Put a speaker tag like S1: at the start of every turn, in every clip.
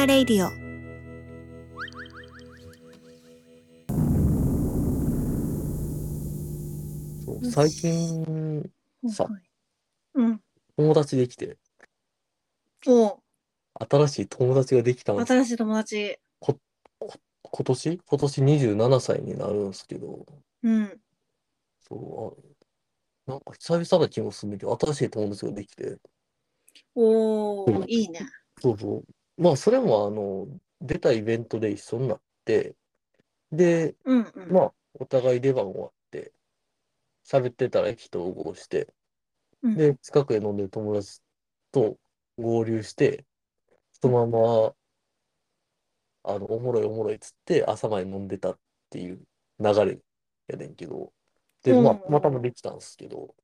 S1: アレイディオ
S2: そう最近、さ
S1: はいうん
S2: 友達できて、
S1: お
S2: 新しい友達ができたんです。
S1: 新しい友達
S2: 今年今年27歳になるんですけど、
S1: うん
S2: そう、あなんか久々な気もするんだけど、新しい友達ができて、
S1: お
S2: う
S1: お
S2: ん
S1: いいね
S2: そうそう。まあ、それも、あの、出たイベントで一緒になって、で、
S1: うんうん
S2: まあ、お互い出番終わって、喋ってたら意気投合して、
S1: うん
S2: で、近くで飲んでる友達と合流して、そのまま、あの、おもろいおもろいっつって、朝まで飲んでたっていう流れやねんけど、で、まあ、
S1: うん
S2: たまたまできたんですけど、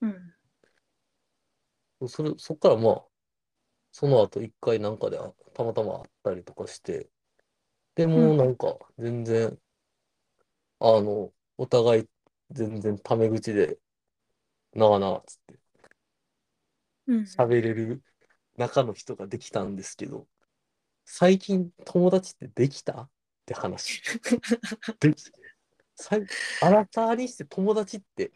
S1: うん
S2: それ、そっからまあ、その後一回なんかであたまたま会ったりとかして、でも
S1: うん
S2: うなんか全然、あの、お互い全然タメ口で、なあなあっつって
S1: うん
S2: 喋れる中の人ができたんですけど、最近友達ってできたって話。 でき、さい、新たにして友達って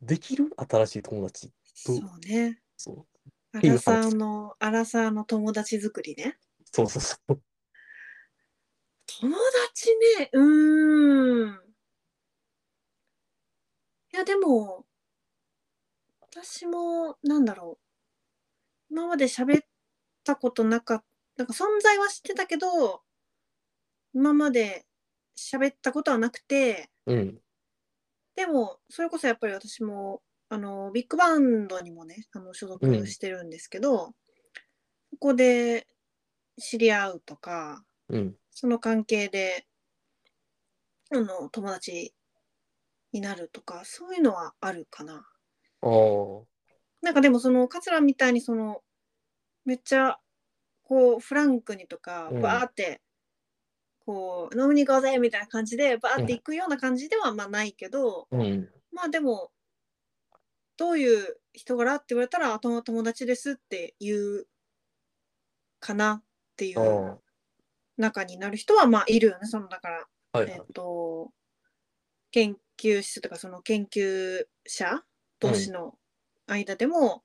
S2: できる新しい友達。
S1: そうね
S2: そう。
S1: ア
S2: ていう
S1: ラサーのアラサーの友達作りね
S2: そうそうそう。
S1: 友達ねうーんいやでも私もなんだろう今まで喋ったことなかったなんか存在は知ってたけど今まで喋ったことはなくて
S2: うん。
S1: でもそれこそやっぱり私もあのビッグバンドにもねあの所属してるんですけど、そこで知り合うとか
S2: うん。
S1: その関係で、あの、友達になるとか、そういうのはあるかな。
S2: ああ。
S1: なんかでもその、桂みたいにその、めっちゃ、こう、フランクにとか、
S2: うん
S1: バーって、こう、飲みに行こうぜみたいな感じで、バーって行くような感じではまあないけど、
S2: うん。
S1: まあでも、どういう人柄って言われたら、あと友達ですって言うかなってい
S2: あ
S1: う
S2: あ。
S1: 中になる人は、まあいるよね、その、だから、
S2: はいは
S1: え
S2: い
S1: っ。と、研究室とかその研究者同士の間でも、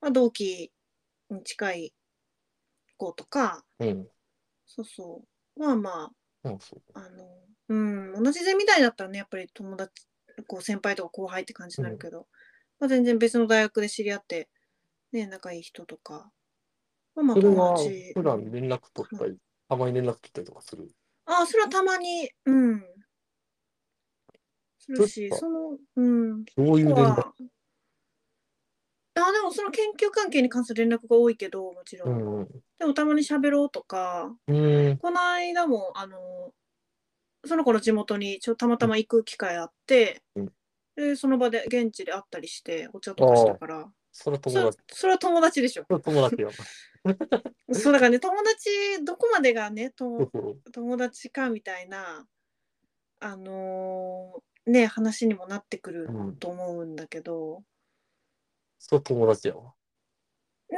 S1: まあ、同期に近い子とか
S2: うん。
S1: そうそうまあま
S2: うん、そう。
S1: ああの、うん、同じゼミ代だったらねやっぱり友達こう先輩とか後輩って感じになるけど、まあ、全然別の大学で知り合って、ね、仲いい人とか、まあ、まあ
S2: それ
S1: 友
S2: は
S1: 達
S2: 普段連絡取ったり、たまに連絡取ったりとかする。
S1: ああ、それはたまに、うん。するし、
S2: そっか
S1: その、うん。
S2: どういう連絡
S1: はあ、でもその研究関係に関する連絡が多いけど、もちろ。
S2: うんん。う
S1: でもたまに喋ろうとか、
S2: ーん。
S1: この間も、あの、その子の地元にちょたまたま行く機会あって、
S2: うん
S1: でその場で現地で会ったりして、お茶とかしたから、
S2: それは
S1: そ
S2: 友
S1: れ
S2: 達。
S1: それは友達でしょ。
S2: それは友達や。
S1: そうだからね、友達、どこまでがね、
S2: そ
S1: と
S2: うそう
S1: 友達かみたいなあのーね話にもなってくる
S2: うん。
S1: と思うんだけど、
S2: それは友達やわ。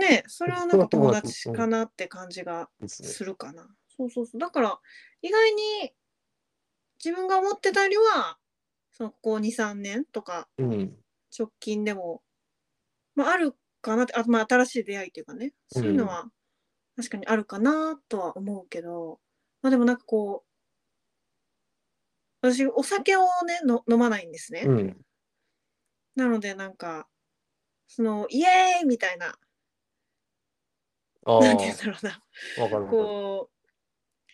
S1: ねそれはなん
S2: そ
S1: か
S2: れは友
S1: 友
S2: 達
S1: 達かなって感じが
S2: ですね。
S1: するかな。そうそうそうだから意外に自分が思ってたよりはそのここ23年とか
S2: うん。
S1: 直近でも、まあ、あるかなってあと、まあ、新しい出会いというかねそういうのは確かにあるかなとは思うけど、まあ、でもなんかこう私お酒をねの飲まないんですね、
S2: うん。
S1: なのでなんかそのイエーイみたいな
S2: ああ、わ
S1: 何て言うんだろうな
S2: かるわか
S1: こ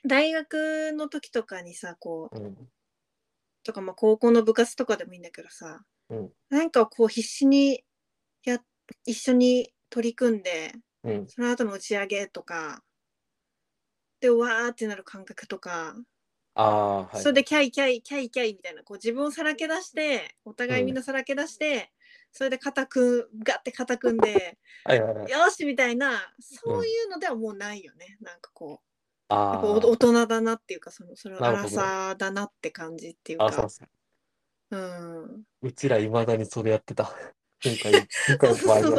S1: う大学の時とかにさこう
S2: る。うん。
S1: とかまあ高校の部活とかでもいいんだけどさ、
S2: うん
S1: なんかこう必死にや一緒に取り組んで
S2: うん。
S1: その後の打ち上げとかでわーってなる感覚とか、
S2: ああ、はい。
S1: それでキャイキャイキャイキャイみたいなこう自分をさらけ出してお互いみんなさらけ出して、それで肩くんガッて肩組んで
S2: はいはいはい。
S1: よーしみたいなそういうのではもうないよね、なんかこうや
S2: あ
S1: っぱお大
S2: ー
S1: 人だなっていうかそのそれは
S2: なるほど
S1: 荒さだなって感じっていう
S2: あ、そう
S1: か
S2: そう。
S1: うん
S2: うちらいまだにそれやってた。今回、今回の場合
S1: そうそ
S2: は
S1: う。そうそ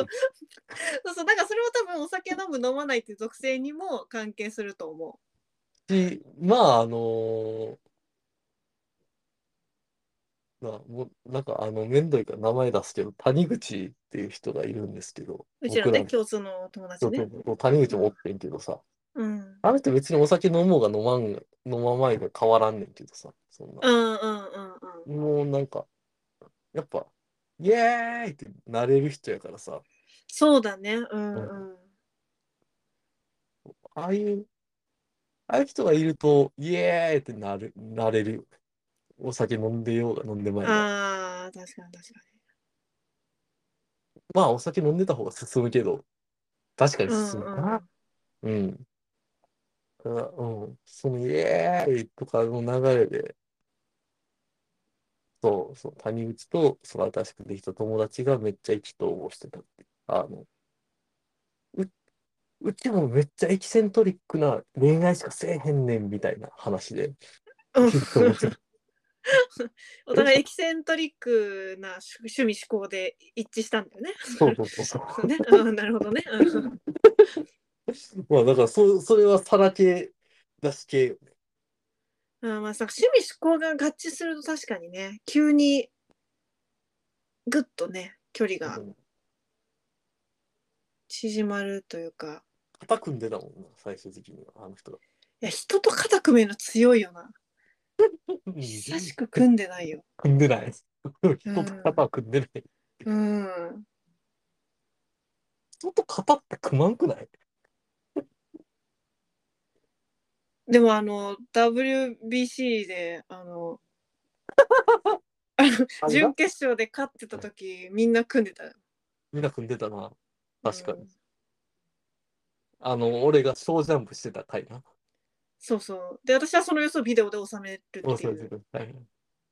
S1: うだからそれは多分お酒飲む飲まないっていう属性にも関係すると思
S2: し、まあ、あのーまあ、もう、なんか、あの、めんどいから名前出すけど、谷口っていう人がいるんですけど、
S1: ううちら
S2: 僕
S1: ね
S2: の
S1: 共通の友達ね
S2: そうそう谷口もおってんけどさ、
S1: うん
S2: あの人別にお酒飲もうが飲まんが、飲まないが変わらんねんけどさ、そんな
S1: う。んうんうんうん
S2: もうなんか、やっぱ、イエーイってなれる人やからさ、
S1: そうだねうんうん
S2: ああいう、ああいう人がいると、イエーイってなる、なれる。お酒飲んでようが飲んでまいが。
S1: あー確かに確か
S2: まあ、お酒飲んでた方が進むけど、確かに
S1: にうん
S2: 進むな。うん。ただうん。その、イエーイとかの流れで、そう、そう、谷口と、その新しくできた友達がめっちゃ意気投合してたって。あの、う、うちもめっちゃエキセントリックな恋愛しかせえへんねんみたいな話で。
S1: うんう
S2: 意
S1: ん
S2: 気投合してた
S1: お互いエキセントリックな趣趣味思考で一致したんだよね。
S2: そうそうそうそう。
S1: そうねうんなるほどね。うん
S2: まあだからそそれはさらけ出し系よね
S1: うん、まあさ趣味思考が合致すると確かにね急にぐっとね距離が
S2: うん
S1: 縮まるというか
S2: 肩組んでたもんな最終的にはあの人が。
S1: いや人と肩組めるの強いよな久しく組んでないよ。
S2: 組んでない。人と肩は組んでない。
S1: うん
S2: 人と肩って組まんくない
S1: でもあの WBC であのあの準決勝で勝ってた時みんな組んでたよ
S2: みんな組んでたな。確かに。
S1: うん
S2: あの、俺が小ジャンプしてた回な。
S1: そうそうで私はその様子をビデオで収めるって
S2: そうそ
S1: いうう
S2: そうはい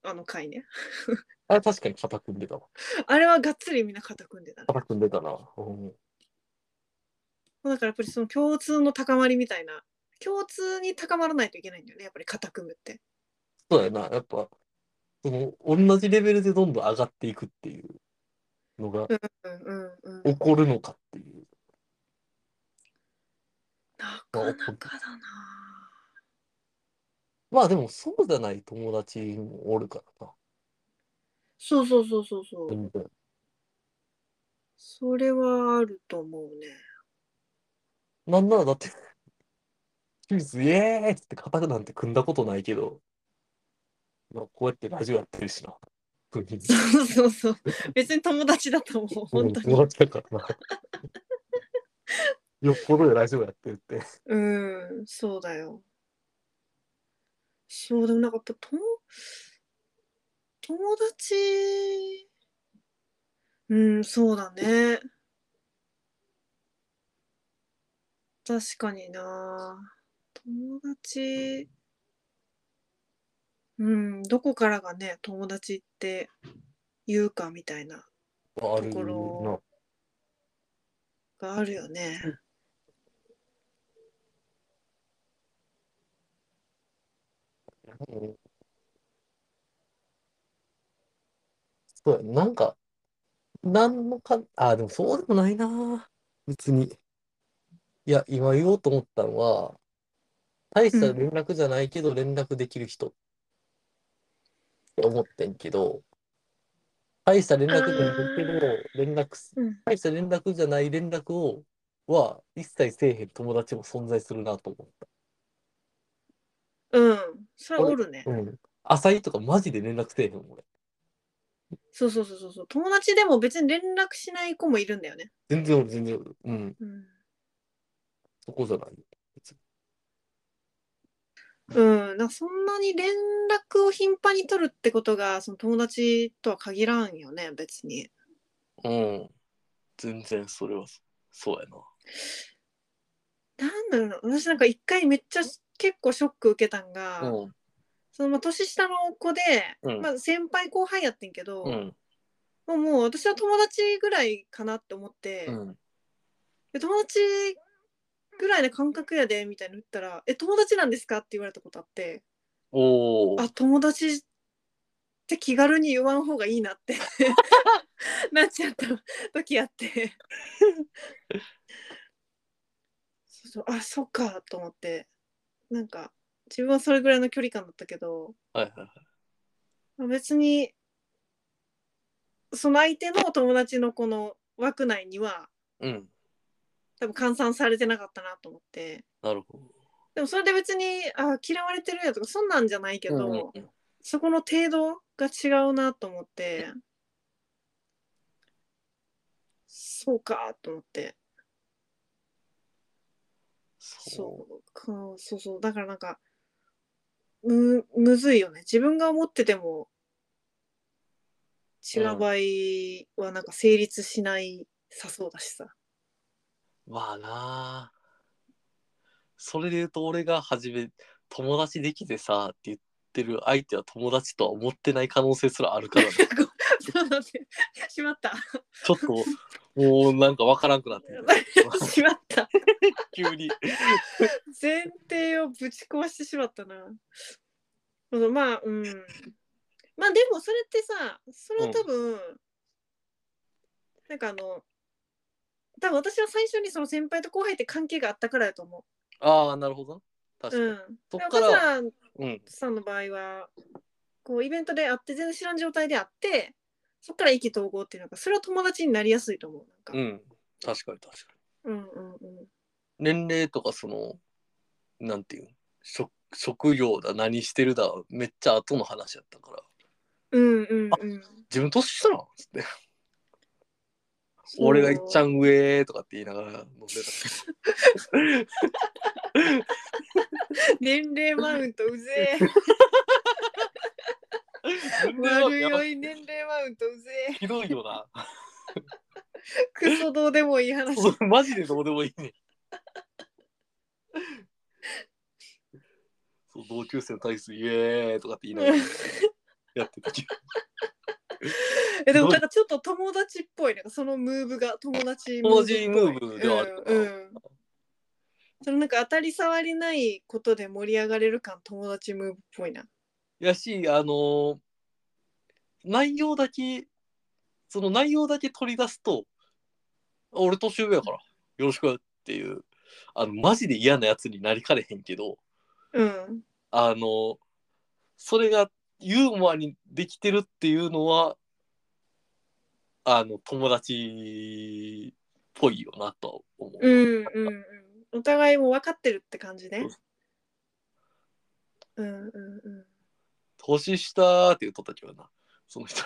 S1: あの回ね
S2: あれ確かに肩組んでたわ。
S1: あれはがっつりみんな肩組んでたね
S2: 肩組んでたな。うん
S1: だからやっぱりその共通の高まりみたいな共通に高まらないといけないんだよねやっぱり肩組むって
S2: そうやな。やっぱ、その、同じレベルでどんどん上がっていくっていうの
S1: う
S2: が
S1: んうんうん
S2: 起こるのかっていう。
S1: なかなかだな
S2: まあでもそうじゃない友達もおるからな。
S1: そうそうそうそうそう
S2: 全然
S1: それはあると思うね
S2: なんならだって、キューズイエーイっつって肩なんて組んだことないけど、まあ、こうやってラジオやってるしな。本当に
S1: そうそうそう。別に友達だと思う、本当に。
S2: 友達だからな。 よっぽどでラジオやってるって。
S1: うん、そうだよ。そう、でもなんかやっぱ友、友達、うん、そうだね。確かにな。友達、うん、どこからがね、友達って言うかみたいな、
S2: あ
S1: ところがあるよね。
S2: な。うんそうや、なんか、なんのか、あ、でもそうでもないな。別に。いや、今言おうと思ったのは、大した連絡じゃないけど連絡できる人って思ってんけど、大した連絡じゃないけど、連絡す、
S1: うん
S2: 大した連絡じゃない連絡を、は、一切せえへん友達も存在するなと思っ
S1: うん、それはおるね
S2: た。。うん。浅井とかマジで連絡せえへん、俺。
S1: そうそうそうそうそう。友達でも別に連絡しない子もいるんだよね。
S2: 全然俺、全然俺。うん。
S1: うん。
S2: そこじゃない。
S1: うん、なんかそんなに連絡を頻繁に取るってことがその友達とは限らんよね別に。
S2: うん。全然それはそ、そうやな。
S1: なんだろうな私なんか一回めっちゃ結構ショック受けたんが、
S2: うん。
S1: そのまあ年下の子で、
S2: うん
S1: まあ、先輩後輩やってんけど、
S2: うん。
S1: もうもう私は友達ぐらいかなって思って、
S2: うん。
S1: で友達ぐらいの感覚やでみたいなの言ったら「え友達なんですか?」って言われたことあって。
S2: おお。
S1: あ友達ゃ気軽に言わん方がいいなって なっちゃった時あって そうそうあそっかと思ってなんか自分はそれぐらいの距離感だったけど
S2: はいはいはい。
S1: まあ別にその相手の友達のこの枠内には
S2: うん。
S1: 多分換算されてなかったなと思って
S2: なるほど。
S1: でもそれで別にあ嫌われてるやとかそんなんじゃないけど、
S2: うんうんうん
S1: そこの程度が違うなと思ってそうかと思って
S2: そ
S1: そうかそうそうだからなんかむむずいよね自分が思ってても違う場合はなんか成立しないさそうだしさ、
S2: う。まあなあ。それで言うと俺が初め友達できてさって言ってる相手は友達とは思ってない可能性すらあ るからね、
S1: そうだね しまった
S2: ちょっともうなんかわからんくなってきた
S1: しまった
S2: 急に。
S1: 前提をぶち壊してしまったな。そのまあうん。まあでもそれってさそれは多分、なんかあの多分私は最初にその先輩と後輩って関係があったからやと思
S2: ああなるほど
S1: う。
S2: な。確か
S1: う
S2: に。
S1: ん。
S2: そっ
S1: で
S2: から
S1: 岡さん
S2: うん。
S1: さんの場合はこうイベントで会って全然知らん状態で会ってそっから意気投合っていうのがそれは友達になりやすいと思う。
S2: う
S1: なんか
S2: ん。確かに確かに。
S1: うんうんうん。
S2: 年齢とかそのなんていうの職職業だ何してるだめっちゃ後の話やったから
S1: うんうんうん。
S2: 自分年下なんっつって俺がいっちゃん上とかって言いながら飲んで
S1: 年齢マウントうぜえ。
S2: た年齢は
S1: 悪
S2: やば
S1: 酔い年齢マウントうぜえ
S2: ひどいよな
S1: クソどうでもいい話
S2: そうマジでどうでもいいね そう同級生に対する「イエーイ!」とかって言いながらやってたけど
S1: えでもなんかちょっと友達っぽいなんかそのムーブが友達ムーブっぽい
S2: 友達ムーブではある
S1: うん、うん、そのなんか当たり障りないことで盛り上がれる感友達ムーブっぽいな
S2: やし、あのー内容だけ、その内容だけ取り出すと、あ俺年上やから、よろしくやっていう、あの、マジで嫌なやつになりかねへんけど、
S1: うん
S2: あのーそれがユーモアにできてるっていうのは、あの、友達っぽいよなとは思う。
S1: うんうんうんお互いも分かってるって感じねうんうんうん
S2: 年下って言うとったけどな、その人。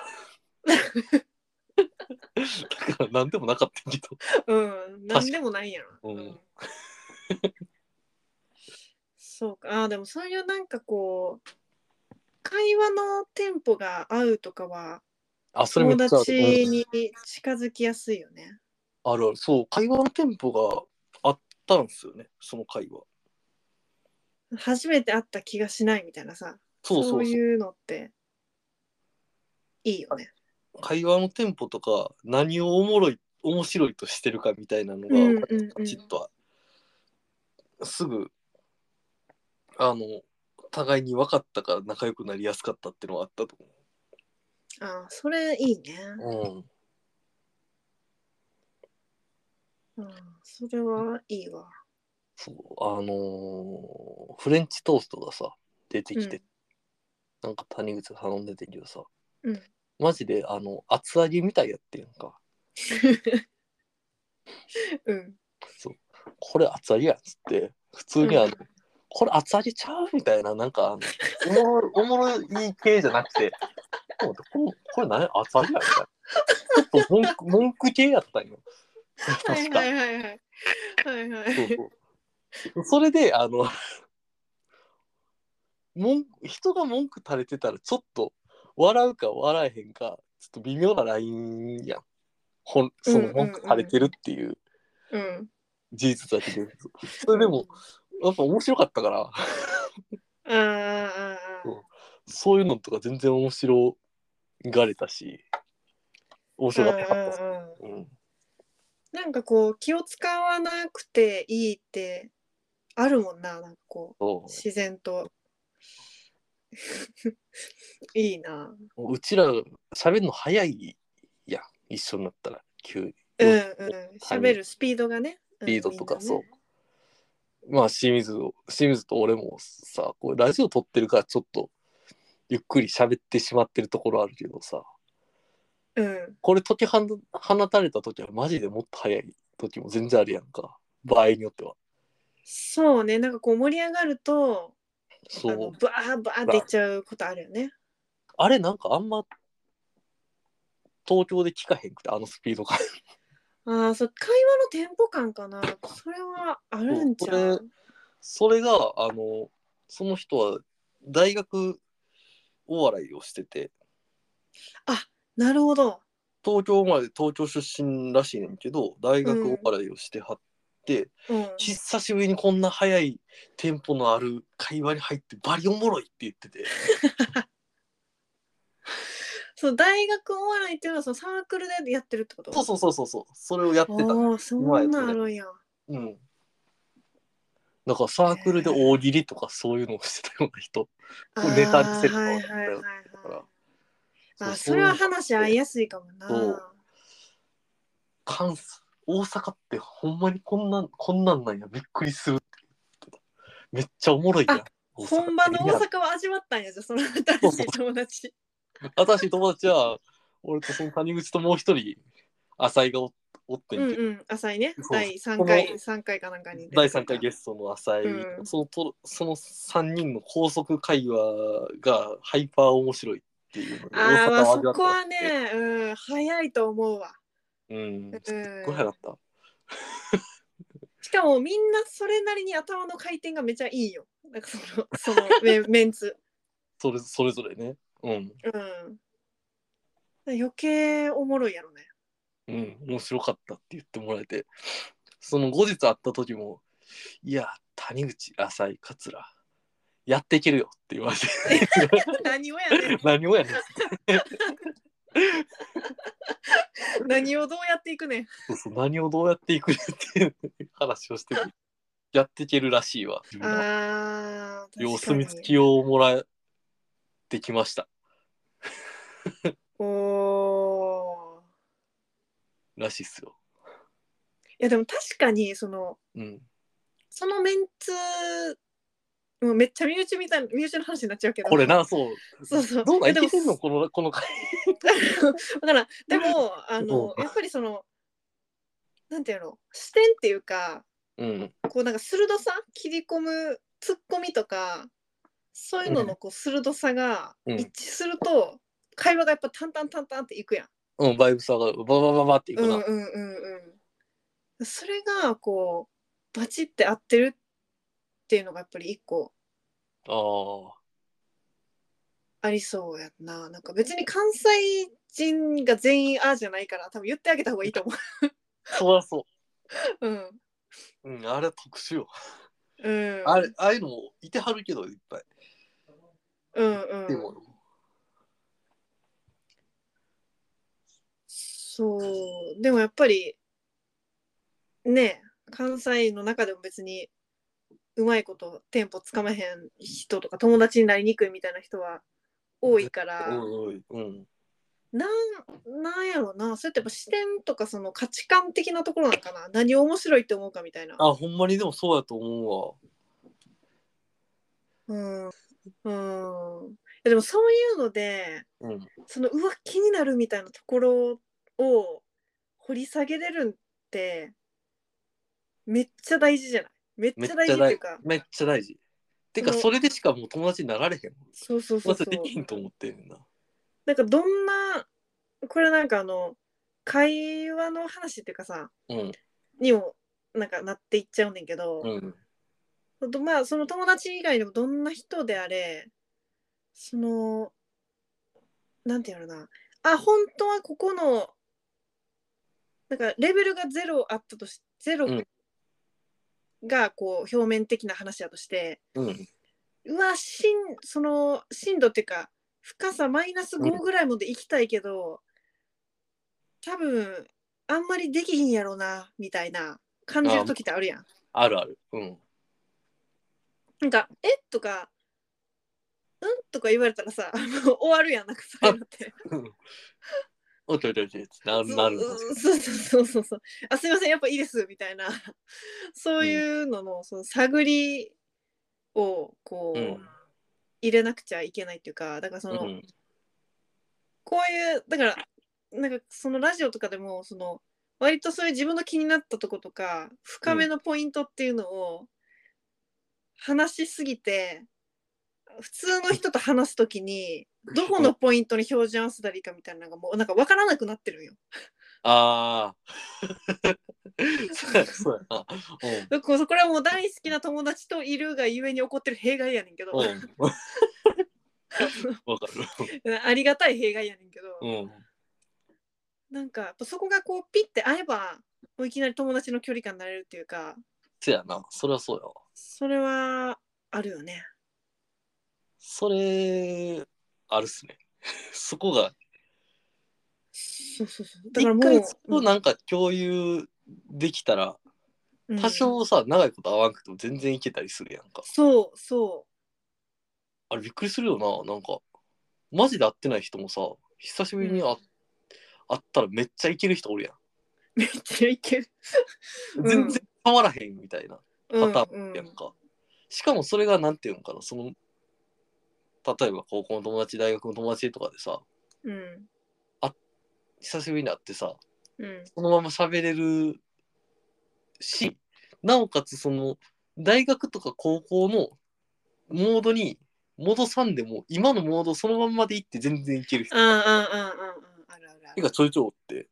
S2: だから何でもなかったけど。
S1: うん、なんでもないやろ。
S2: うん
S1: うんそうか、あーでもそういうなんかこう、会話のテンポが合うとかは、
S2: あ、それめ
S1: 友
S2: っちゃあ
S1: 達
S2: る。
S1: に近づきやすいよね。
S2: あるある。そう、会話のテンポがあったんですよね、その会話。
S1: 初めて会った気がしないみたいなさ、
S2: そうそうそう
S1: いうのって、いいよね。
S2: 会話のテンポとか、何をおもろい、面白いとしてるかみたいなの
S1: うんうん
S2: が、
S1: うん
S2: パチッと、すぐ、あの、互いに分かったから仲良くなりやすかったっていうのはあったと
S1: あーそれいいね。
S2: 思う。うん。
S1: うん、それはいいわ。
S2: そう、あのーフレンチトーストがさ、出てきて、なんか谷口が頼んでてんけどさ、
S1: うん
S2: マジで、あの、厚揚げみたいやってんやんか。
S1: うん。
S2: これ厚揚げやっつって普通にあの、
S1: うん
S2: これ厚揚げちゃうみたいななんかあのおもろおもろい系じゃなくてこれこれ何厚揚げやみたいなちょっと文句文句系やったんよ
S1: は
S2: 確
S1: い
S2: か、
S1: はいはいはい。はいは
S2: そう
S1: い。
S2: そうそれであの文人が文句垂れてたらちょっと笑うか笑えへんかちょっと微妙なラインやんほんその文句垂れてるっていう
S1: うん。
S2: 事実だけで、それでもやっぱ面白かったから
S1: あーあーあー。
S2: そういうのとか全然面白がれたし、面白かったかったっす
S1: うんうんうん
S2: うん、
S1: なんかこう気を使わなくていいってあるもんななんかこう
S2: そう
S1: 自然と いいな。
S2: もううちら喋るの早いやん一緒になったら急に
S1: うんうん。喋るスピードがね。ス
S2: スピードとかそう。まあ清水を清水と俺もさこうラジオ撮ってるからちょっとゆっくり喋ってしまってるところあるけどさ
S1: うん。
S2: これ解き放放たれた時はマジでもっと早い時も全然あるやんか場合によっては
S1: そうね。なんかこう盛り上がると、あ
S2: そ
S1: の
S2: う
S1: バーバーっていっちゃうことあるよね。
S2: あれなんかあんま東京で聞かへんくてあのスピード感
S1: ああ、そう、会話のテンポ感かな。それはあるんちゃ
S2: そううこそれがあのその人は大学お笑いをしてて
S1: なるほど。
S2: 東京生まれ東京出身らしいねんけど大学お笑いをしてはって、
S1: うん。
S2: 久しぶりにこんな早いテンポのある会話に入ってバリおもろいって言ってて
S1: そう、大学お笑いっていうのはそのサークルでやってるってこと
S2: そうそうそうそうそうそれをやってた
S1: ああ、そんなんあるんや。
S2: うんだからサークルで大喜利とかそういうのをしてたような人
S1: あ
S2: こ
S1: ー
S2: うネタ見せるの
S1: はいはいはいはい
S2: だから
S1: あー
S2: そ
S1: そうれは話合いやすいかもな。
S2: そう関西大阪ってほんまにこんなんこんなんなんやびっくりするって言ってためっちゃおもろいやん
S1: あ
S2: 大阪
S1: 本場の
S2: いや
S1: 大阪を味わったんやじゃあその新しい友 達。
S2: 新しい友達は俺とその谷口ともう一人浅井がおおってん
S1: う
S2: け
S1: ん
S2: ど、
S1: うん、浅いね
S2: そう。そう
S1: 第三回、
S2: こ
S1: 三回かなんかに。
S2: 第3回ゲストの浅井、
S1: うん
S2: そのとその3人の高速会話がハイパー面白いっていうので
S1: ああ、まあ、
S2: を
S1: そ
S2: 味わった
S1: こはね、うん、早いと思うわ。
S2: うん
S1: うん
S2: すっごい早かった、
S1: しかもみんなそれなりに頭の回転がめちゃいいよ。なんかその、そ のメメンツ。
S2: それそれぞれねうん
S1: うん。余計おもろいやろね。
S2: うん面白かったって言ってもらえてその後日会った時も「いや谷口浅井桂やっていけるよ」って言われて
S1: 何をやね ん。
S2: 何をやねん
S1: 何をどうやっていくねん。
S2: そうそう何をどうやっていくねんっていう話をしてるやっていけるらしいわ自分は
S1: ああ、
S2: 様
S1: 確
S2: 子
S1: か
S2: 見
S1: に
S2: つきをもらってきました
S1: おお。
S2: らしいっすよ。
S1: いやでも確かにその
S2: うん、
S1: そのメンツもうめっちゃ身内みたいな身内の話になっちゃうけど
S2: こ れなそう
S1: そうそう
S2: どうない
S1: やでも
S2: けてんのこのこの回
S1: だからでもあの
S2: うん
S1: やっぱりそのなんていうの視点っていうか
S2: うん
S1: こうなんか鋭さ切り込むツッコミとかそういうののこう鋭さが
S2: うん
S1: 一致すると、会話がやっぱタンタンタンタンっていくやん。
S2: うんバイブス上がるバババババっていく
S1: うん
S2: な、
S1: うんうんうん、それがこうバチって合ってるっていうのがやっぱり一個
S2: あー
S1: ありそうやななんか別に関西人が全員ああじゃないから多分言ってあげた方がいい と思
S2: そりゃそう
S1: うん
S2: う、うん、あれは特殊よ
S1: うん
S2: あれああいうのもいてはるけどいっぱい
S1: うんうん
S2: でも、
S1: そうでもやっぱりねえ関西の中でも別にうまいことテンポつかまへん人とか友達になりにくいみたいな人は多いから、
S2: おいおいうん
S1: なんなんやろなそれってやっぱ視点とかその価値観的なところなのかな何を面白いって思うかみたいな。
S2: あほんまにでもそうやと思
S1: うん、うん、いやでもそういうので
S2: うわうん
S1: そのうわ気になるみたいなところを掘り下げれるんってめっちゃ大事じゃないめっ
S2: めっ
S1: ち
S2: ち
S1: ゃ
S2: ゃ
S1: 大事って
S2: 大
S1: いう
S2: 事
S1: か
S2: めっちゃ大事てか
S1: その
S2: それでしかもう友達になられへん
S1: そうそうそ
S2: ま
S1: うそ
S2: ず
S1: う
S2: できんと思ってんねんな
S1: なんかどんなこれなんかあの会話の話っていうかさ
S2: うん
S1: にもなんかなっていっちゃうねんけど、
S2: うん
S1: あとまあその友達以外でもどんな人であれそのなんていうのかなあ本当はここのなんかレベルがゼロあったとしゼロ
S2: うん
S1: がこう表面的な話だとして、
S2: うん
S1: うわ深その深度っていうか深さマイナス5ぐらいまで行きたいけど、多分あんまりできひんやろなみたいな感じる時ってあるやん。
S2: あるあるうん
S1: なんか「えとかうんとか言われたらさ、もう終わるやん、なんかそういうのって。
S2: おちょちょちょちょってななるんです
S1: そ
S2: よ。
S1: うそうそうそうそう。あ、すいません、やっぱいいですみたいな。そういうのの、その探りをこう、
S2: うん
S1: 入れなくちゃいけないっていうか、だからその、
S2: うん
S1: こういうだからなんかそのラジオとかでもその割とそういう自分の気になったとことか深めのポイントっていうのを話しすぎて、普通の人と話すときにどこのポイントに標準合わせたらいいかみたいなのがもうなんか分からなくなってるんよ。
S2: ああ。そうやそうやな。
S1: だからこれはもう大好きな友達といるがゆえに起こってる弊害やねんけど
S2: うん。 うん。わかる。
S1: ありがたい弊害やねんけど、
S2: うん。
S1: なんかやっぱそこがこうピッて合えばもういきなり友達の距離感になれるっていうか
S2: せやな。それはそうやわ。
S1: それはあるよね。
S2: それ、あるっすね。 そこが、
S1: そうそうそう。だから
S2: 一
S1: も
S2: 回そこ
S1: う、
S2: なんか共有できたら、
S1: うん
S2: 多少さ、長いこと会わなくても全然いけたりするやんか。
S1: そうそ
S2: あれびっくりするよな。なんか、マジで会ってない人もさ、久しぶりに会,、会ったらめっちゃいける人おるやん。
S1: う。めっちゃいける。うん
S2: 全然変わらへんみたいな
S1: うん
S2: パターンやんか。しかもそれがなんていうんかな、その、例えば高校の友達、大学の友達とかでさ、
S1: うん。
S2: 久しぶりに会ってさ、
S1: うん。
S2: そのまま喋れるし、なおかつその、大学とか高校のモードに戻さんでも、今のモードそのまんまで行って全然いける人
S1: ああああああああるあるある。
S2: がちょいちょいおって、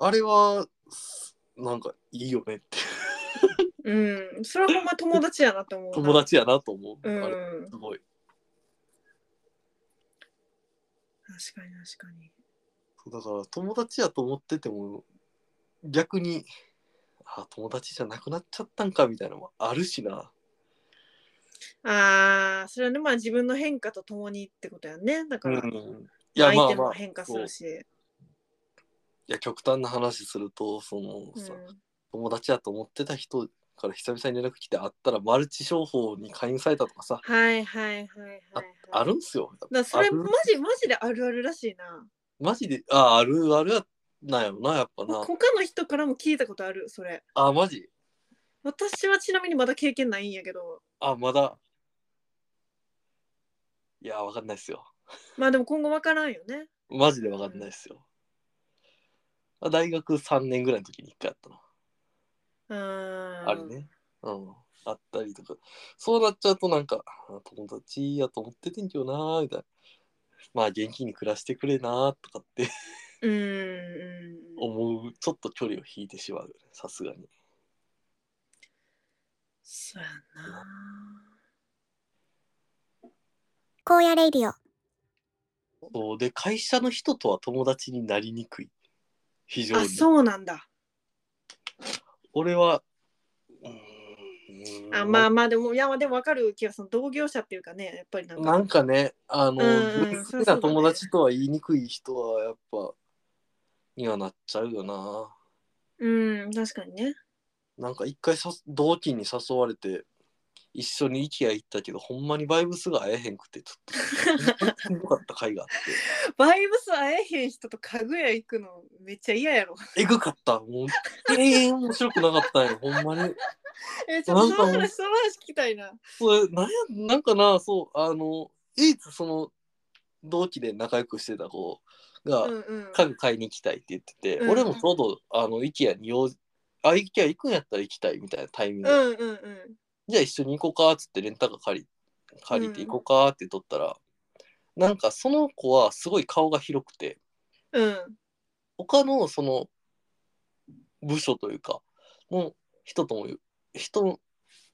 S2: あれは、すなんかいいよねって、
S1: うんうん。うん。それはほんま友達やなと思うな。
S2: 友達やなと思う。
S1: うん。
S2: あれ、
S1: 確
S2: すごい。
S1: かに確かに。
S2: そうだから友達やと思ってても逆にあ友達じゃなくなっちゃったんかみたいなのもあるしな
S1: ああ、それはね、まあ自分の変化とともにってことやね。だから、
S2: いやま
S1: 相
S2: あ
S1: 手
S2: ま
S1: も
S2: あい
S1: 変化するし。
S2: や極端な話するとその
S1: う
S2: さ、
S1: ん
S2: 友達やと思ってた人から久々に連絡来て会ったらマルチ商法に勧誘されたとかさ
S1: はいはいはいはいはい。
S2: あ
S1: だか
S2: るんすよ
S1: らそれ
S2: ある
S1: マジマジであるあるらしいな。
S2: マジでああるあるやなんやろなやっぱな
S1: 他の人からも聞いたことある、それ。
S2: あマジ
S1: 私はちなみにまだ経験ないんやけど
S2: あまだいやわかんないっすよ
S1: まあでも今後わからんよね
S2: マジでわかんないっすよ。あ大学3年ぐらいの時に1回あったな。
S1: あ
S2: あれね。うん。あったりとか。そうなっちゃうとなんか、あ友達やと思っててんけどなーみたいな。まあ元気に暮らしてくれなーとかって
S1: うんうんうん
S2: 思う。ちょっと距離を引いてしまう。さすがに。
S1: そうやな
S3: 荒野レイディオ
S2: そうで、会社の人とは友達になりにくい。非常
S1: あ
S2: に。
S1: そうなんだ
S2: 俺は、うーん。
S1: あまあまあでもいやまあでもわかる気がその同業者っていうかねやっぱりなんか
S2: なんかね、あの、
S1: うんうん
S2: 好きな友達とは言いにくい人はやっぱ、にはなっちゃうよな。
S1: うん確かにね
S2: なんか一回さ同期に誘われて、一緒に IKEA 行ったけど、ほんまにバイブスが会えへんくて、ちょっと、 しんどかった回があっ
S1: バイブス会えへん人と家具屋行くのめっちゃ嫌やろ
S2: て、えぐかった。もう、ええ面白くなかったんや、ほんまに。
S1: えちょっと
S2: なん
S1: そ
S2: か
S1: の
S2: もう
S1: 話その話聞きたいな
S2: それ、なんや、なんかな、そう、あの、唯一その、同期で仲良くしてた子が、
S1: うんうん
S2: 家具買いに行きたいって言ってて、
S1: うん
S2: 俺もちょうどあの IKEA に用事あ IKEA 行くんやったら行きたいみたいなタイミング
S1: う
S2: で、
S1: んうんうん
S2: じゃあ一緒に行こうかっつってレンタカー借り借りて行こうかって取ったら、なんかその子はすごい顔が広くて
S1: うん
S2: 他のその部署というかの人とも人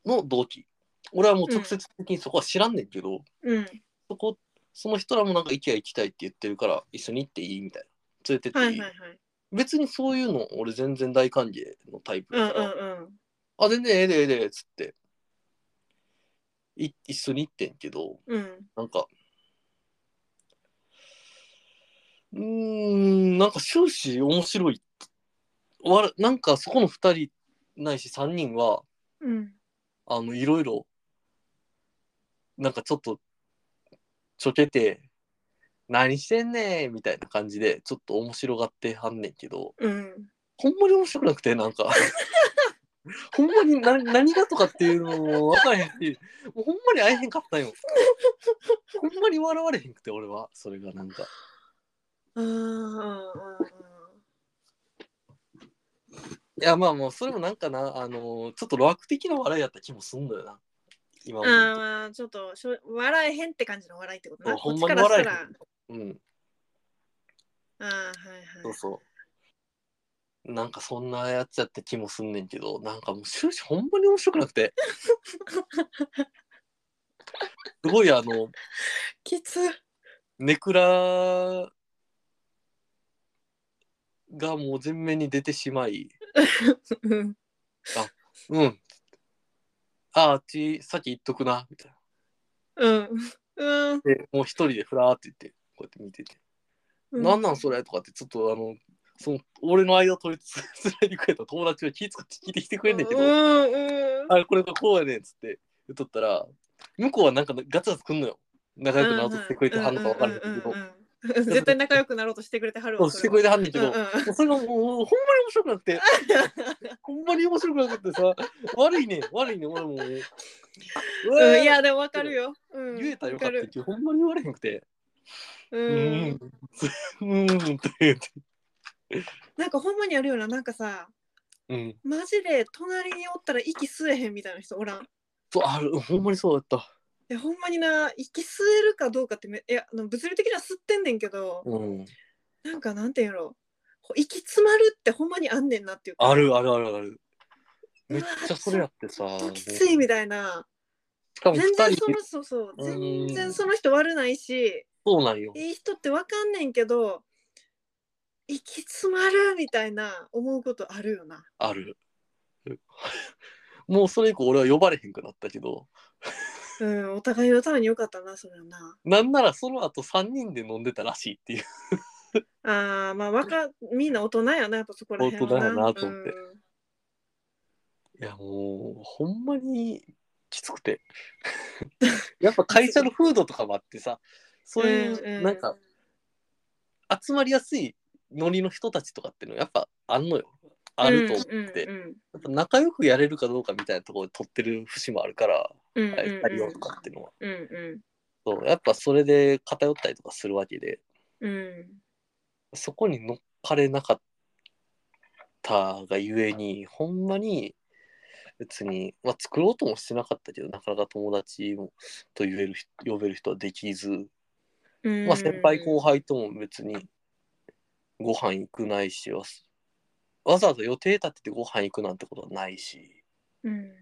S2: の同期俺はもう直接的にそこは知らんねんけど、
S1: うん
S2: そこその人らもなんか IKEA 行きたいって言ってるから一緒に行っていいみたいな連れてってい、
S1: はいいはいはい
S2: 別にそういうの俺全然大歓迎のタイプ
S1: うんう
S2: だ
S1: ん
S2: から、
S1: うん
S2: あ全然ええでええでっつってい一緒に行ってんけど
S1: うん
S2: なんかうーんなんか終始面白いわらなんかそこの2人ないし3人は
S1: うん
S2: あのいろいろなんかちょっとちょけて、何してんねんみたいな感じで、ちょっと面白がってはんねんけど、
S1: うん。
S2: ほんまに面白くなくて、なんか。 ほんまにな何がとかっていうのも分からへんし、もうほんまに会えへんかったよ。ほんまに笑われへんくて、俺は。それがなんか。
S1: ああ。
S2: いや、まあもう、それもなんかな、あのちょっと露悪的な笑いやった気もすんのよな。今思うと
S1: ああ、ちょっとしょ笑えへんって感じの笑いってことな。
S2: ほ
S1: こっ
S2: ん
S1: ち
S2: ま
S1: か
S2: に
S1: らした
S2: 笑えへん
S1: ら。
S2: うん、
S1: ああ、はいは
S2: そう
S1: い。
S2: そう。なんかそんなやつやった気もすんねんけど、なんかもう終始ほんまに面白くなくて。すごいあの、
S1: きつ。
S2: ネクラがもう前面に出てしまい、
S1: うん
S2: うん。ああっち、さっき言っとくな、みたいな。
S1: うん。うん。
S2: で、もう一人でふらーって言って、こうやって見てて。
S1: う
S2: なんなんそれとかってちょっとあのその俺の間を取りつつらいにくれた友達が気使って聞いてきてくれんねんけど、
S1: うんうん。
S2: あこれがこうやねんっつって言っとったら向こうはなんかガツガツくんのよ仲良くなろうとしてくれてはんのか分からへんけど、
S1: うんうんうんうん絶対仲良くなろうとしてくれてはる
S2: そ
S1: わ。
S2: うしてくれてはんねんけど、
S1: うんうん
S2: もうそれがもうほんまに面白くなくてほんまに面白くなくてさ悪いねん悪いねん俺もううわ
S1: う
S2: ー
S1: んいやでもわかるよ。うん
S2: 言えたらよ
S1: わ
S2: かったけどほんまに言われへんくて
S1: う
S2: うんん。うん って言って
S1: なんかほんまにあるよななんかさ
S2: うん
S1: マジで隣におったら息吸えへんみたいな人おらん。
S2: そうあるほんまにそうだった
S1: えほんまにな息吸えるかどうかってめいやあの物理的には吸ってんねんけど、
S2: うん
S1: なんかなんていうんやろこう息詰まるってほんまにあんねんなっていうか
S2: あるあるあるある。
S1: うわ
S2: めっちゃそれやってさ。
S1: ちょっときついみたいな
S2: しかも
S1: 全
S2: 二
S1: 然
S2: 人
S1: そのそうそう
S2: うん
S1: 全然その人悪ないし
S2: そうなんよ。
S1: いい人ってわかんねんけど息詰まるみたいな思うことあるよな。
S2: ある。もうそれ以降俺は呼ばれへんくなったけど、
S1: うん、お互いのためによかったな、それはな。
S2: なんならその後三人で飲んでたらしいっていう。
S1: ああ、まあ、わか、みんな大人やな、やっぱそこら辺は
S2: 大人やなと思って
S1: うん
S2: いやもうほんまにきつく て。やっぱ会社の風土とかもあってさ、そういうなんか、集まりやすいノリの人たちとかっていうのやっぱあんのよ。あると思って。
S1: うんうん
S2: やっぱ仲良くやれるかどうかみたいなところで取ってる節もあるから。
S1: うんうん
S2: 対応とかっていうのは、
S1: うんうん
S2: そうやっぱそれで偏ったりとかするわけで
S1: うん
S2: そこに乗っかれなかったがゆえにほんまに別に、まあ、作ろうともしてなかったけどなかなか友達もと言える人呼べる人はできず、
S1: うん
S2: まあ、先輩後輩とも別にご飯行くないしわわざわざ予定立ててご飯行くなんてことはないし
S1: うん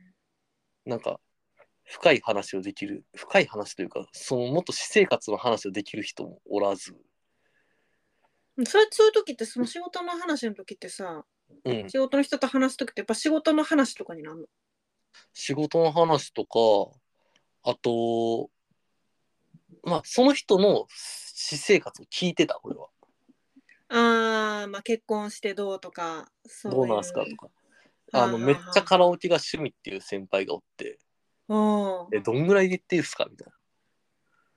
S2: なんか深い話をできる深い話というかそのもっと私生活の話をできる人もおらず、
S1: それそういう時ってその仕事の話の時ってさ
S2: うん、
S1: 仕事の人と話す時ってやっぱ仕事の話とかになるの
S2: 仕事の話とかあとまあその人の私生活を聞いてた俺は
S1: あー、まあ結婚してどうとかそい
S2: どうなんすかとか
S1: は
S2: あ
S1: あは
S2: の
S1: あ
S2: めっちゃカラオケが趣味っていう先輩がおって
S1: おー
S2: えどんぐらいで言っていいですかみたい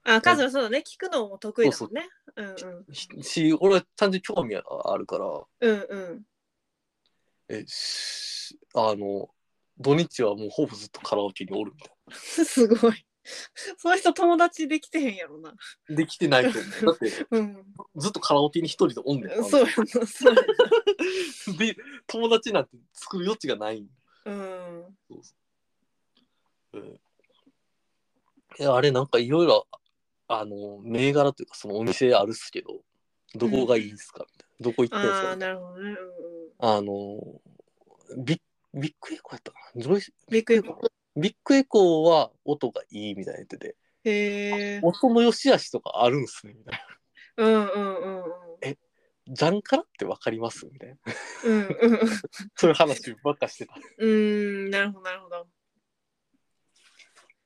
S1: あカズはそうだね聞くのも得意だもんねうんうん
S2: なしし俺は単純に興味があるから
S1: うんうん
S2: えしあの土日はもうほぼずっとカラオケにおるみたいな。
S1: すごい。そういう人友達できてへんやろな。
S2: できてないと思 う。だって
S1: うん。
S2: ずっとカラオケに一人でおんねん。
S1: そうやな。そうや
S2: で、友達なんて作る余地がない。
S1: な。うん。
S2: そうそううんいやあれなんかいろいろ、あの、銘柄というかそのお店あるっすけど、どこがいいっすかみたいな。どこ行ってんす
S1: ああ、
S2: か
S1: なるほどね。うんうん。
S2: あの、ビッビッグエコーやったかなどうし
S1: ビッグエコー。
S2: ビッグエコーは音がいいみたいな言ってて、
S1: へえ。
S2: 音の良し悪しとかあるんすねみたいな。
S1: うんうんうんうん。
S2: ジャンカラってわかりますみたいな。
S1: うんうん
S2: そういう話ばっかしてた。
S1: うん。うん、なるほどなるほど。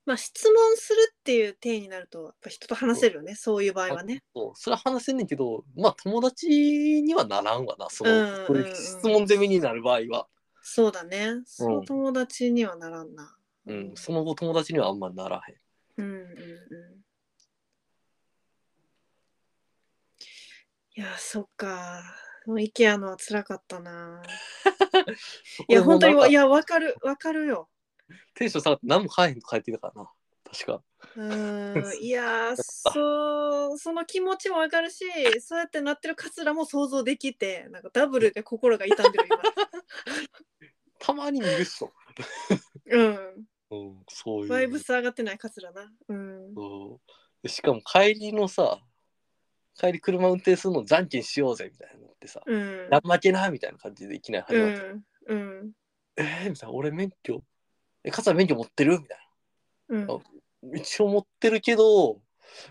S1: まあ質問するっていう体になると、やっぱ人と話せるよね。そういう場合はね。
S2: そうそれは話せんねんけどまあ友達にはならんわなその、
S1: うんうんうん
S2: そういう質問攻めになる場合は、
S1: そうだね。その友達にはならんな。
S2: うん、その後友達にはあんまなら
S1: う
S2: へん
S1: んうんうん。いやそっかもう IKEA のは辛かった ないや本当
S2: 俺もな
S1: に
S2: んか
S1: いやわかるわかるよ
S2: テンション下がって何も買えへんと帰ってたからな。確か。
S1: う ーんいやーそうその気持ちもわかるしそうやってなってるカツラも想像できてなんかダブルで心が痛んでる
S2: たまに見るっしょ。
S1: 今うん
S2: うん、そういう。
S1: バイブス上がってないカツラなうん
S2: そうでしかも帰りのさ、帰り車運転するのじゃんけんしようぜみたいになってさ、
S1: うん
S2: 何負けなみたいな感じでいきなり始
S1: う
S2: まって、
S1: んうん
S2: えーみたいな、俺免許、え、かつは免許持ってるみたい
S1: うん
S2: あな。一応持ってるけど、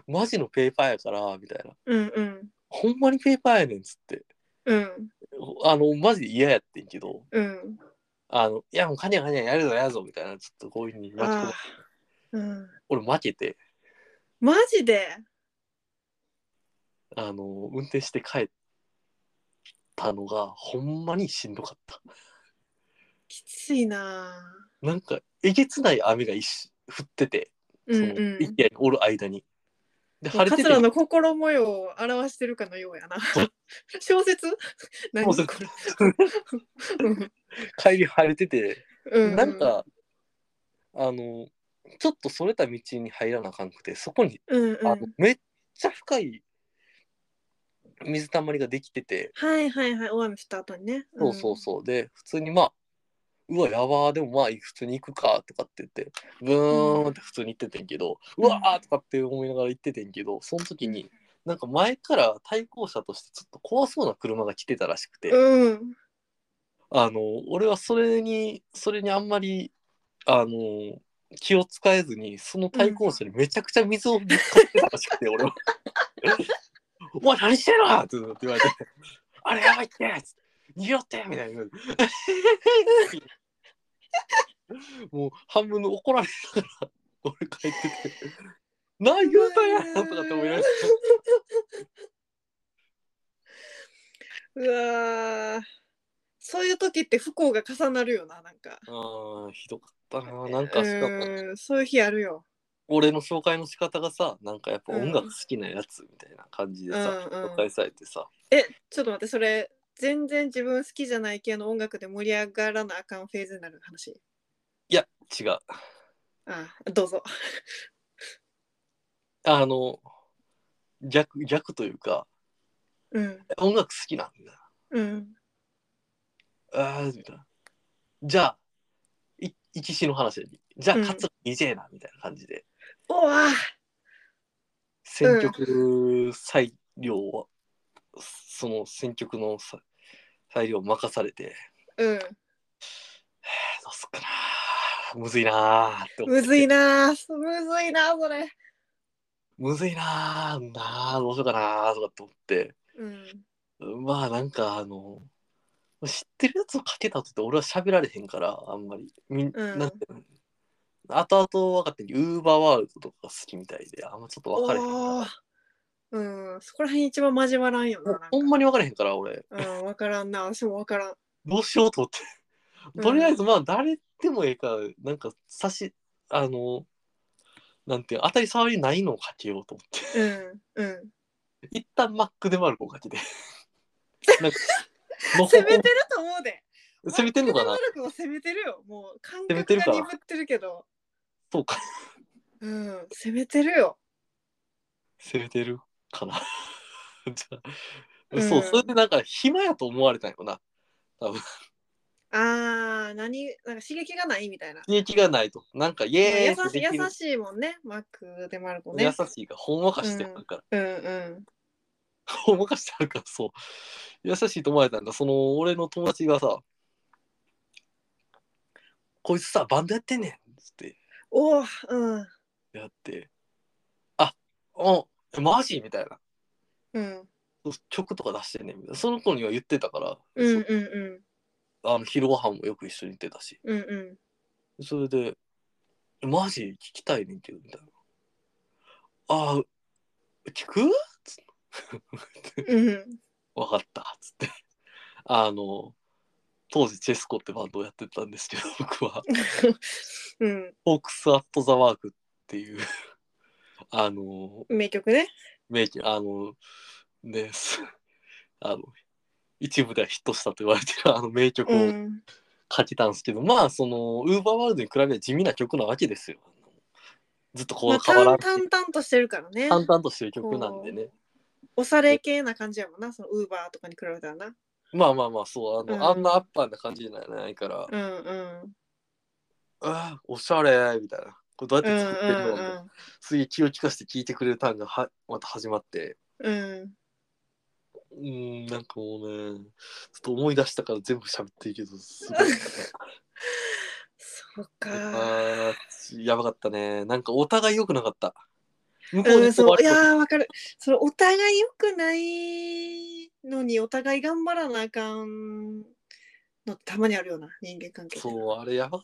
S2: マジのペーパーやから、みたいな。
S1: うんうん
S2: ほんまにペーパーやねんっつって。
S1: うん
S2: あの、マジで嫌やってんけど、
S1: うん
S2: あの、いや、もうカニャカニャやるぞやるぞみたいな、ちょっとこういうふうに巻き込ま
S1: あーうん
S2: 俺負けて、
S1: マジで
S2: あの、運転して帰ったのが、ほんまにしんどかった。
S1: きついな
S2: なんか、えげつない雨が一瞬降ってて、
S1: う
S2: そ
S1: ん
S2: の、
S1: うん
S2: 一家におる間に。で、晴れ
S1: カ
S2: て
S1: ツ
S2: て、
S1: ラの心模様を表してるかのようやな小説 何
S2: 小説
S1: これ うん
S2: 帰り晴れてて、
S1: う
S2: なんか、あの、ちょっとそれた道に入らなあかんくて、そこに、
S1: うんうん
S2: あの、めっちゃ深い水たまりができてて、
S1: はいはいはい大雨降った後にね
S2: そうそうそう。で、普通にまあ、うわ、やばー、でもまあ、普通に行くかとかって言って、ブーンって普通に行っててんけど、
S1: うん
S2: うわーとかって思いながら行っててんけど、その時に、なんか前から対向車としてちょっと怖そうな車が来てたらしくて、
S1: うんうん
S2: あの、俺はそれに、それにあんまり、あの、気を使えずに、その対向車にめちゃくちゃ水をぶっかけてたらしくて、俺は。 お前何してんのって言われて、あれやばいってつって逃げろってみたいな。もう半分の怒られながら、俺帰ってて、何言うたんやろとかって思いながら。
S1: うわーそういう時って不幸が重なるよななんか
S2: ああ、ひどかったな。なんかしかも、
S1: うんそういう日あるよ
S2: 俺の紹介の仕方がさなんかやっぱ音楽好きなやつみたいな感じでさ、
S1: うんうん
S2: 紹介されてさ
S1: えちょっと待ってそれ全然自分好きじゃない系の音楽で盛り上がらなあかんフェーズになる話
S2: いや違う
S1: ああどうぞ
S2: あの逆逆というか
S1: うん
S2: 音楽好きなんだ
S1: うん
S2: あーみたいなじゃあい生き死の話やにじゃあ
S1: うん
S2: かつ DJ なみたいな感じで
S1: おわ
S2: 選曲裁量は、その選曲のさ裁量を任されて
S1: うん
S2: えーどうすっかなむずいなーって思って
S1: むずいなあすむずいなあそれ
S2: むずいなーなーどうしようかなーとかって思って
S1: うん
S2: まあなんかあの知ってるやつをかけた後って俺は喋られへんからあんまりみん、
S1: うん
S2: なんていうの後々分かってウーバーワールドとかが好きみたいであんまちょっと分かれへん
S1: おー
S2: か
S1: うんそこら辺一番交わらんよな
S2: ら
S1: なんか
S2: ほんまに分かれへんから俺
S1: うん分からんな私も分からん
S2: どうしようと思って
S1: うん
S2: とりあえずまあ誰でもええからなんか差しあのなんていう当たり障りないのをかけようと思って
S1: うんうん
S2: 一旦マックでマルコをかけて なんか
S1: 攻めてると思うで
S2: 攻めてんのかな
S1: マックドナルドも攻めてるよもう感
S2: 攻めて
S1: 覚
S2: る
S1: が
S2: か
S1: 鈍ってるけど
S2: そうか
S1: うん攻めてるよ
S2: 攻めてるかな じゃあ、
S1: うん
S2: そうそれでなんか暇やと思われたんよな
S1: あー何なんか刺激がないみたいな、
S2: 利益がないとなんかイ
S1: え
S2: エーイ
S1: 優
S2: って
S1: し
S2: できる
S1: 優しいもんねマックでマルコ
S2: 優
S1: ね
S2: しいがほんわかしてるか
S1: う
S2: ら、
S1: んうん
S2: ほんわかしてあるからそう優しいと思われたんだその俺の友達がさこいつさバンドやってんねんっつって
S1: おーうん
S2: やってあおえマジみたいな
S1: うん
S2: 曲とか出してんねんみたいなその子には言ってたから、
S1: うんうん
S2: そ
S1: うん
S2: あの昼ご飯もよく一緒に行ってたし
S1: うんうん
S2: それで、マジ聞きたいねんけど、みたいな。ああ、聞く
S1: うん
S2: わかった、つって。 あの、当時チェスコってバンドをやってたんですけど、 僕は、
S1: うん
S2: フォークス・アット・ザ・ワークっていう、 あの、
S1: 名曲ね
S2: 名曲、あの、ね、す あの、一部ではヒットしたと言われてるあの名曲
S1: う
S2: を
S1: ん。
S2: 書けたんですけど、まあ、その、ウーバーワールドに比べれば地味な曲なわけですよ。ずっとこ
S1: ま
S2: う
S1: あ、
S2: 変わらん
S1: 淡々としてるからね。
S2: 淡々としてる曲なんでね。
S1: おされ系な感じやもんな、そのウーバーとかに比べたらな。
S2: まあまあまあ、そう、あの、
S1: うん
S2: あんなアッパーな感じじゃないから、う
S1: うんうん。
S2: あおしゃれみたいな。これどう
S1: う
S2: やっ
S1: ん
S2: て作ってるの、みたいな
S1: う
S2: すげえ気を利かせて聞いてくれるターンがはまた始まって、
S1: んうん。うん。
S2: うーん、なんかもうね、ちょっと思い出したから全部喋っていいけど、す ごい。
S1: そうか。
S2: あーやばかったね。なんかお互い良くなかった。向こう
S1: う
S2: に
S1: ん、そうい
S2: こ
S1: やーわかる。それお互い良くないのにお互い頑張らなあかんのってたまにあるような人間関係。
S2: そう、あれやば、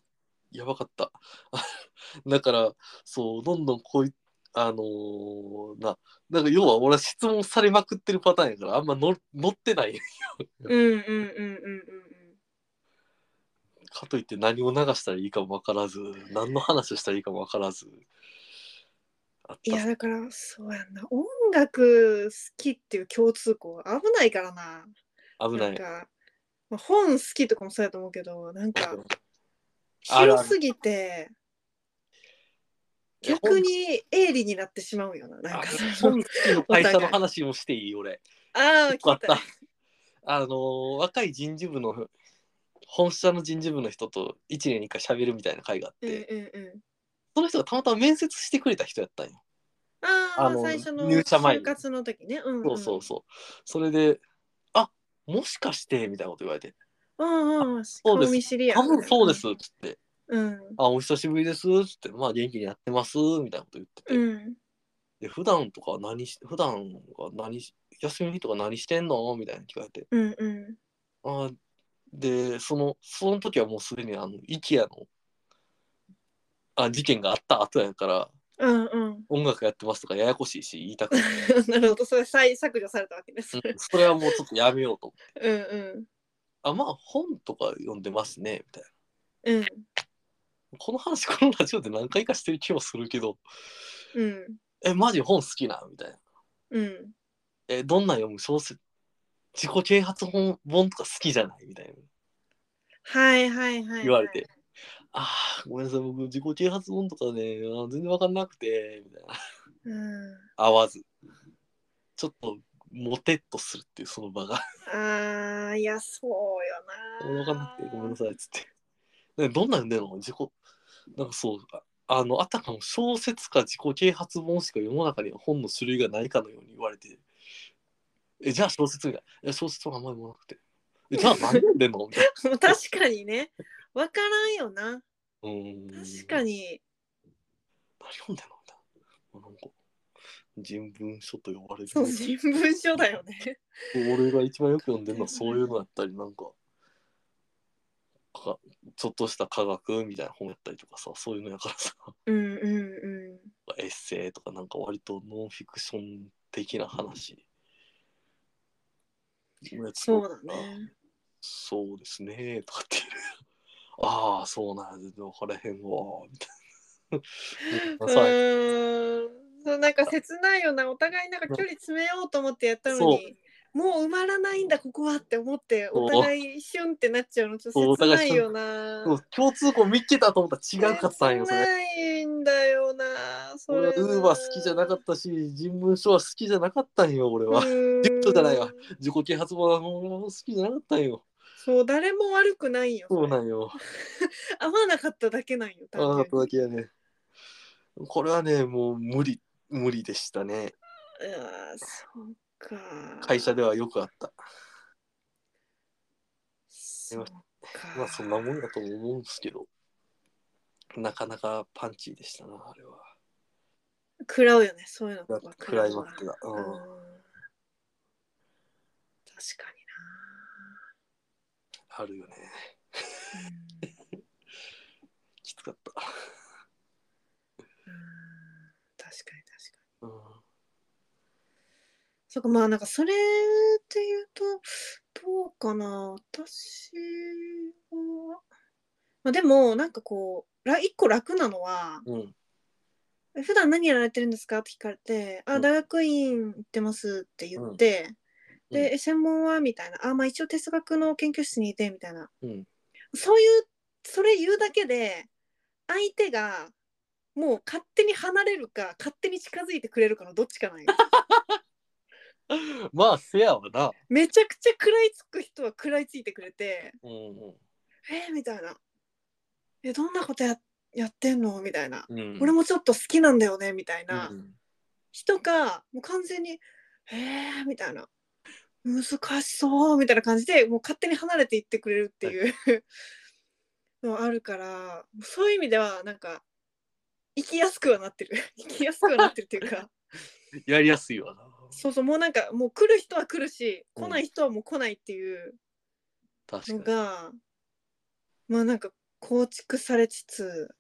S2: やばかった。 だから、そう、どんどんこういあのーな、なんか要は俺は質問されまくってるパターンやから、あんま乗乗ってない。
S1: うんうんうんうんうんうん。
S2: かといって何を流したらいいかもわからず、何の話をしたらいいかもわからず。あっ
S1: い
S2: た
S1: やだからそうやんな音楽好きっていう共通項は危ないからな。
S2: 危ない
S1: ん。か、まあ、本好きとかもそうやと思うけどなんか
S2: あるあ
S1: 広
S2: る
S1: すぎて
S2: いや
S1: 逆に鋭利になってしまうよな。なん
S2: あ
S1: かその
S2: 本好きの会社の話もしていい俺。
S1: ああ
S2: よか
S1: 聞
S2: っ
S1: い
S2: た
S1: た。
S2: あのー若い人事部の本社の人事部の人と1年に1回喋るみたいな会があっ
S1: うん
S2: て、
S1: うんうん。
S2: その人がたまたま面接してくれた人やったんよ、
S1: あ
S2: あ
S1: あ
S2: の
S1: 最初の
S2: 入社前に
S1: 就活の時ね。うん、うん。
S2: そうそうそうそれで「あもしかして」みたいなこと言われて
S1: う。うんうん。
S2: そうで
S1: 顔
S2: す
S1: 見知り
S2: 「
S1: や
S2: 多分そうです」っつって
S1: うん。
S2: 「あお久しぶりです」っつって「まあ元気にやってます」みたいなこと言ってて、
S1: うん。
S2: で普段とか何し普段は何し休みの日とか何してんのみたいな聞かれて
S1: うんうん。
S2: あーでそのその時はもうすでにあの IKEA のあ事件があった後やから
S1: うんうん。
S2: 音楽やってますとかややこしいし言いた くない
S1: なるほど。それ再削除されたわけです。
S2: うんそれはもうちょっとやめようと思って
S1: うんうん。
S2: あまあ本とか読んでますねみたいな
S1: うん
S2: この話このラジオで何回かしてる気もするけど
S1: うん
S2: えマジ本好きなみたいな
S1: うん
S2: えどんなん読む小説自己啓発本本とか好きじゃないみたいな
S1: はいはいはいはい。
S2: 言われて。あーごめんなさい僕自己啓発本とかねあー全然わかんなくてみたいな
S1: うん。
S2: 合わずちょっとモテっとするっていうその場が
S1: ああ、いや、そうよな。
S2: 分かんなくてごめんなさいっつってでどんなんでの自己なんかそうああのあたかも小説か自己啓発本しか世の中には本の種類がないかのように言われてえじゃあ小説みたいないや小説はあんまりもなくてえじゃあ何読んでんのみたい
S1: もう確かにね。わからんよな。
S2: なうん
S1: 確かに。
S2: 何読んでんのみたいななんか人文書と呼ばれる
S1: そう、人文書だよね。
S2: 俺が一番よく読んでるのはそういうのやったりなんかかちょっとした科学みたいな本やったりとかさそういうのやからさ
S1: うんうんうん。
S2: エッセイとかなんか割とノンフィクション的な話のやつ
S1: そうだね。
S2: そうですねとかっていうああそうなんや全然分からへんわみたいな
S1: う
S2: ごめんなさい
S1: ーん。そうなんか切ないよな。お互いなんか距離詰めようと思ってやったの
S2: そう
S1: に。もう埋まらないんだここはって思って
S2: そう
S1: お互いシュンってなっちゃうのちょっ
S2: そうお
S1: と切
S2: 互い
S1: ないよな
S2: でも共通項見っけたと思ったら違うかったんよ
S1: 切
S2: それ
S1: ないんだよなそ
S2: 俺
S1: れ
S2: はウーバー好きじゃなかったし人文書は好きじゃなかったんよ俺は
S1: うーん
S2: ジェットじゃないわ自己啓発本はもう好きじゃなかったんよ。
S1: そう誰も悪くないよ
S2: そう
S1: それ
S2: なんよ。
S1: 合わなかっただけなんよ
S2: あなかった
S1: 単
S2: だけやね。これはね、もう無理、無理でしたね。
S1: 純にうわーそうか
S2: 会社ではよくあった。
S1: そうか
S2: まあそんなもんだと思うんですけど、なかなかパンチーでしたな、あれは。
S1: 食らうよねそういうのは
S2: クライマックスが。
S1: う
S2: うんん
S1: 確か
S2: あるよね。
S1: にな
S2: きつかっ
S1: うんうん確かに確かに
S2: た。うん、
S1: そうかまあなんかそれっていうとどうかな私は、まあ、でもなんかこうら一個楽なのは
S2: うん、
S1: 「え普段何やられてるんですか?」って聞かれて「
S2: う
S1: あ
S2: ん
S1: 大学院行ってます」って言って、で、え専門はみたいなあまあ一応哲学の研究室にいてみたいな、
S2: うん
S1: そういうそれ言うだけで相手がもう勝手に離れるか勝手に近づいてくれるかのどっちか ないよ
S2: まあ、せやわな。
S1: めちゃくちゃ食らいつく人は食らいついてくれて
S2: うん
S1: えーみたいなえどんなことややってんのみたいな、
S2: うん。うん
S1: 俺もちょっと好きなんだよねみたいな、
S2: うん
S1: 人かもう完全に「えー」みたいな「難しそう」みたいな感じでもう勝手に離れていってくれるっていうのあるからそういう意味ではなんか生きやすくはなってる 生きやすくはなってるっていうか
S2: やりやすいわな。
S1: そうそうもうなんかもう来る人は来るし
S2: うん
S1: 来ない人はもう来ないっていうの
S2: 確かに。
S1: が、まあなんか構築されつつ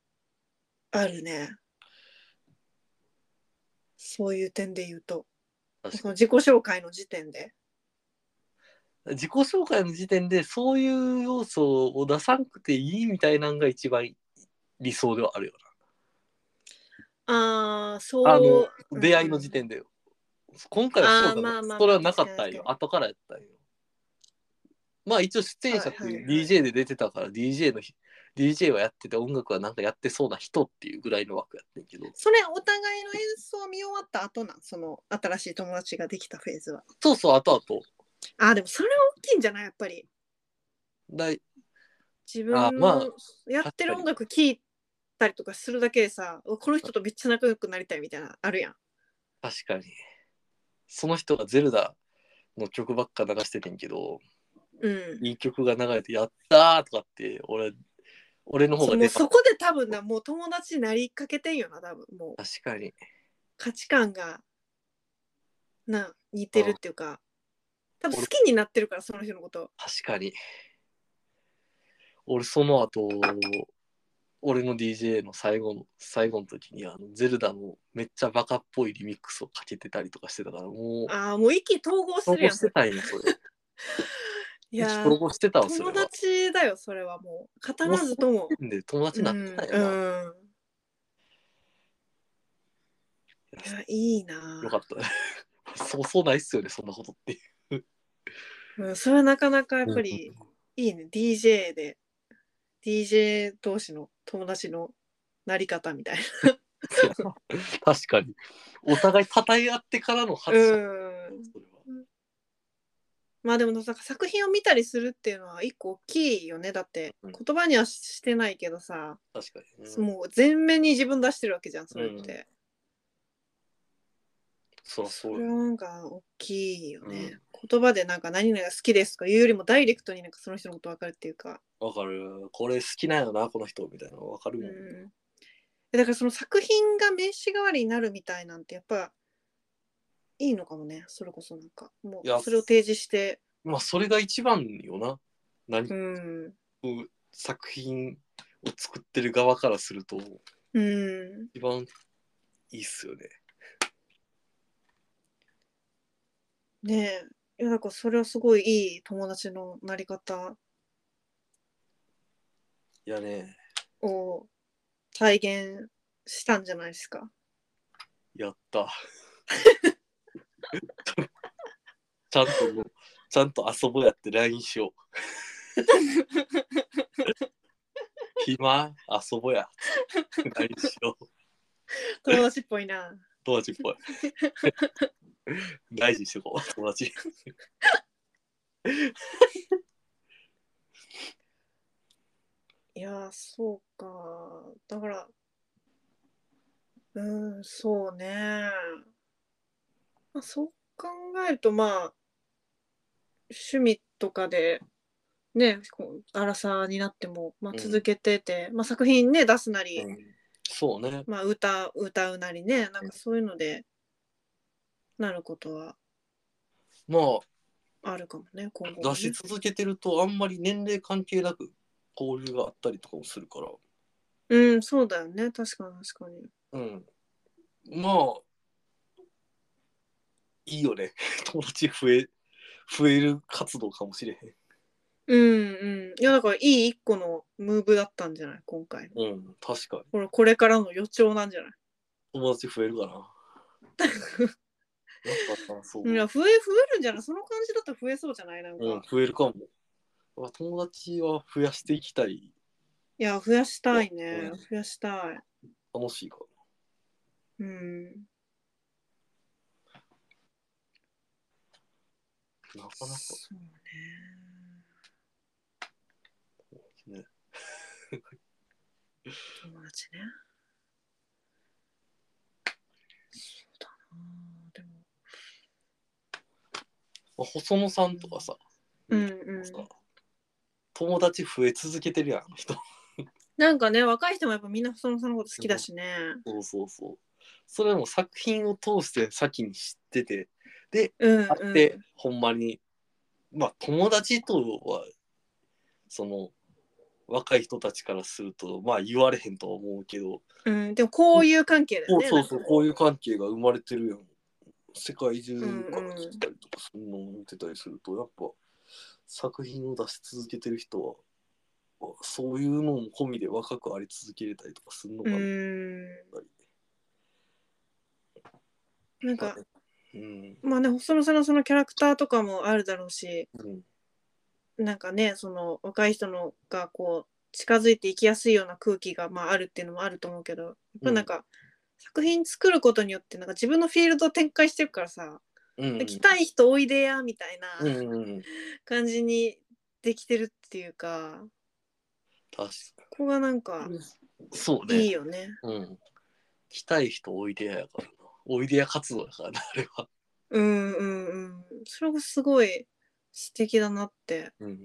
S1: あるねそういう点で言うと
S2: 確
S1: そ
S2: か
S1: の自己紹介の時点で。
S2: に自己紹介の時点で、そういう要素を出さなくていいみたいなのが一番理想ではあるよ
S1: ああ、そう。
S2: な。あの、
S1: うん
S2: 出会いの時点で。今回はそうだ
S1: あーまあま
S2: な。
S1: あ
S2: それはなかったん
S1: 確。
S2: よ
S1: か
S2: 後からやったんよ。まあ一応出演者って
S1: はい
S2: い
S1: は
S2: う
S1: いはい
S2: DJ で出てたから DJ のひ DJ はやってて音楽はなんかやってそうな人っていうぐらいの枠やってんけど
S1: それお互いの演奏見終わった後なんその新しい友達ができたフェーズは。
S2: そうそう後々
S1: あーでもそれは大きいんじゃないやっぱり。
S2: だい
S1: 自
S2: あ
S1: 分
S2: まあ
S1: のやってる音楽聴いたりとかするだけでさ、この人とめっちゃ仲良くなりたいみたいなあるやん。
S2: 確かにその人がゼルダの曲ばっか流しててんけど
S1: うん。
S2: いい曲が流れてやったーとかって俺俺の方
S1: そ
S2: が
S1: も
S2: 出
S1: う
S2: た
S1: そこで多分なもう友達になりかけてんよな多分もう
S2: 確かに
S1: 価値観がな似てるっていうか多分好きになってるからその人のこと。
S2: 確かに俺その後俺の DJ の最後の最後の時にあのゼルダのめっちゃバカっぽいリミックスをかけてたりとかしてたからもう
S1: ああもう意気投合す
S2: 投
S1: るやん。
S2: 稿してたんやそれ
S1: いやー
S2: 投稿してたわそれ
S1: 友
S2: は
S1: 達だよそれはもう語らずとも
S2: で友達になってたよな、
S1: うんうんいやいいな
S2: よかった ねそうそうないっすよねそんなことっていう
S1: うん、それはなかなかやっぱりいいね、DJ で DJ 同士の友達のなり方みたい
S2: 確かにお互い讃え合ってからの
S1: な、
S2: 発
S1: う
S2: 射、
S1: ん、
S2: それは
S1: まあでもなんか作品を見たりするっていうのは一個大きいよねだって
S2: うん
S1: 言葉にはしてないけどさ、
S2: 確かに、うん
S1: もう全面に自分出してるわけじゃんそれって、
S2: そらそ
S1: こ
S2: う
S1: れ
S2: よ
S1: はなんか大きいよね、
S2: う
S1: 言葉でなんか何々が好きですとか言うよりもダイレクトになんかその人のこと分かるっていうか
S2: わかるこれ好きなんよなこの人みたいなのわかるもん、
S1: うんだからその作品が名刺代わりになるみたいなんてやっぱいいのかもねそれこそなんかも
S2: いや
S1: うそれを提示して
S2: まあそれが一番よな何
S1: う
S2: か
S1: ん
S2: 作品を作ってる側からすると
S1: うん
S2: 一番いいっすよね
S1: ねえいやなんかそれはすごいいい友達のなり方
S2: いやね
S1: を体現したんじゃないです か
S2: やったちゃんともうちゃんと遊ぼうやって LINE しよう暇遊ぼうや LINE しよう
S1: 友達っぽいな
S2: 友達っ ぽい大事にしてこう友達
S1: いやーそうかだからうんそうね、まあ、そう考えるとまあ趣味とかでねこうアラサーになっても、まあ
S2: う、ん
S1: 続けてて、まあ、作品ね出すなり、
S2: うんそうね
S1: まあ、歌歌うなりねなんかそういうのでなることは
S2: まあ
S1: あるかもね今後も
S2: 出
S1: ね
S2: し続けてるとあんまり年齢関係なく交流があったりとかもするから、
S1: うんそうだよね確かに確かに
S2: うん、まあいいよね 友達増え増える活動かもしれへん、
S1: うんうんいやだからいい一個のムーブだったんじゃない今回の。
S2: うん、確かに
S1: これこれからの予兆なんじゃない
S2: 友達増えるかななんかそう、
S1: いや増え増えるんじゃないその感じだったら増えそうじゃないなんか、
S2: う
S1: い
S2: ん、増えるかも。あ友達は増やしていきたい。
S1: や増やしたいね
S2: うん
S1: 増やしたい
S2: 楽しいか
S1: うん
S2: ら。なかなか
S1: そうね
S2: ね。
S1: 友達ねそうだなでも
S2: まあ細野さんとかさ、
S1: うんうん
S2: さ友達増え続けてるやん、あの人。
S1: なんかね若い人もやっぱみんな細野さんのこと好きだしね
S2: そうそうそう。それはもう作品を通して先に知ってて、で、
S1: うん
S2: あっ
S1: うん
S2: て、ほんまに、まあ友達とは、その、若い人たちからすると、まあ言われへんとは思うけど、
S1: うん、でもこういう関係だ
S2: そ
S1: よ
S2: う
S1: ね。
S2: そうそう、
S1: なんか
S2: こういう関係が生まれてるやん。世界中か
S1: う
S2: ら
S1: んうん
S2: 来たりとか、そんなの見てたりすると、やっぱ作品を出し続けてる人は、そういうのも込みで若くあり続けれたりとかするのか
S1: う
S2: な。
S1: ん。なんか、
S2: うん。
S1: まあね、細野さんのそのキャラクターとかもあるだろうし、
S2: うん。
S1: なんかね、その若い人のがこう、近づいていきやすいような空気が、まあ、あるっていうのもあると思うけど、やっぱなんか、作品作ることによって、なんか自分のフィールドを展開してるからさ、
S2: うん
S1: 来たい人おいでや、みたい
S2: うん
S1: な
S2: うんうん。
S1: 感じにできてるっていうか、
S2: 確
S1: ここがなん
S2: か
S1: か、
S2: に。そうね。
S1: いいよね。
S2: うん。来たい人おいでややからな。おいでや活動やからな、あれは。
S1: うんうんうん。それがすごい素敵だなって
S2: うん。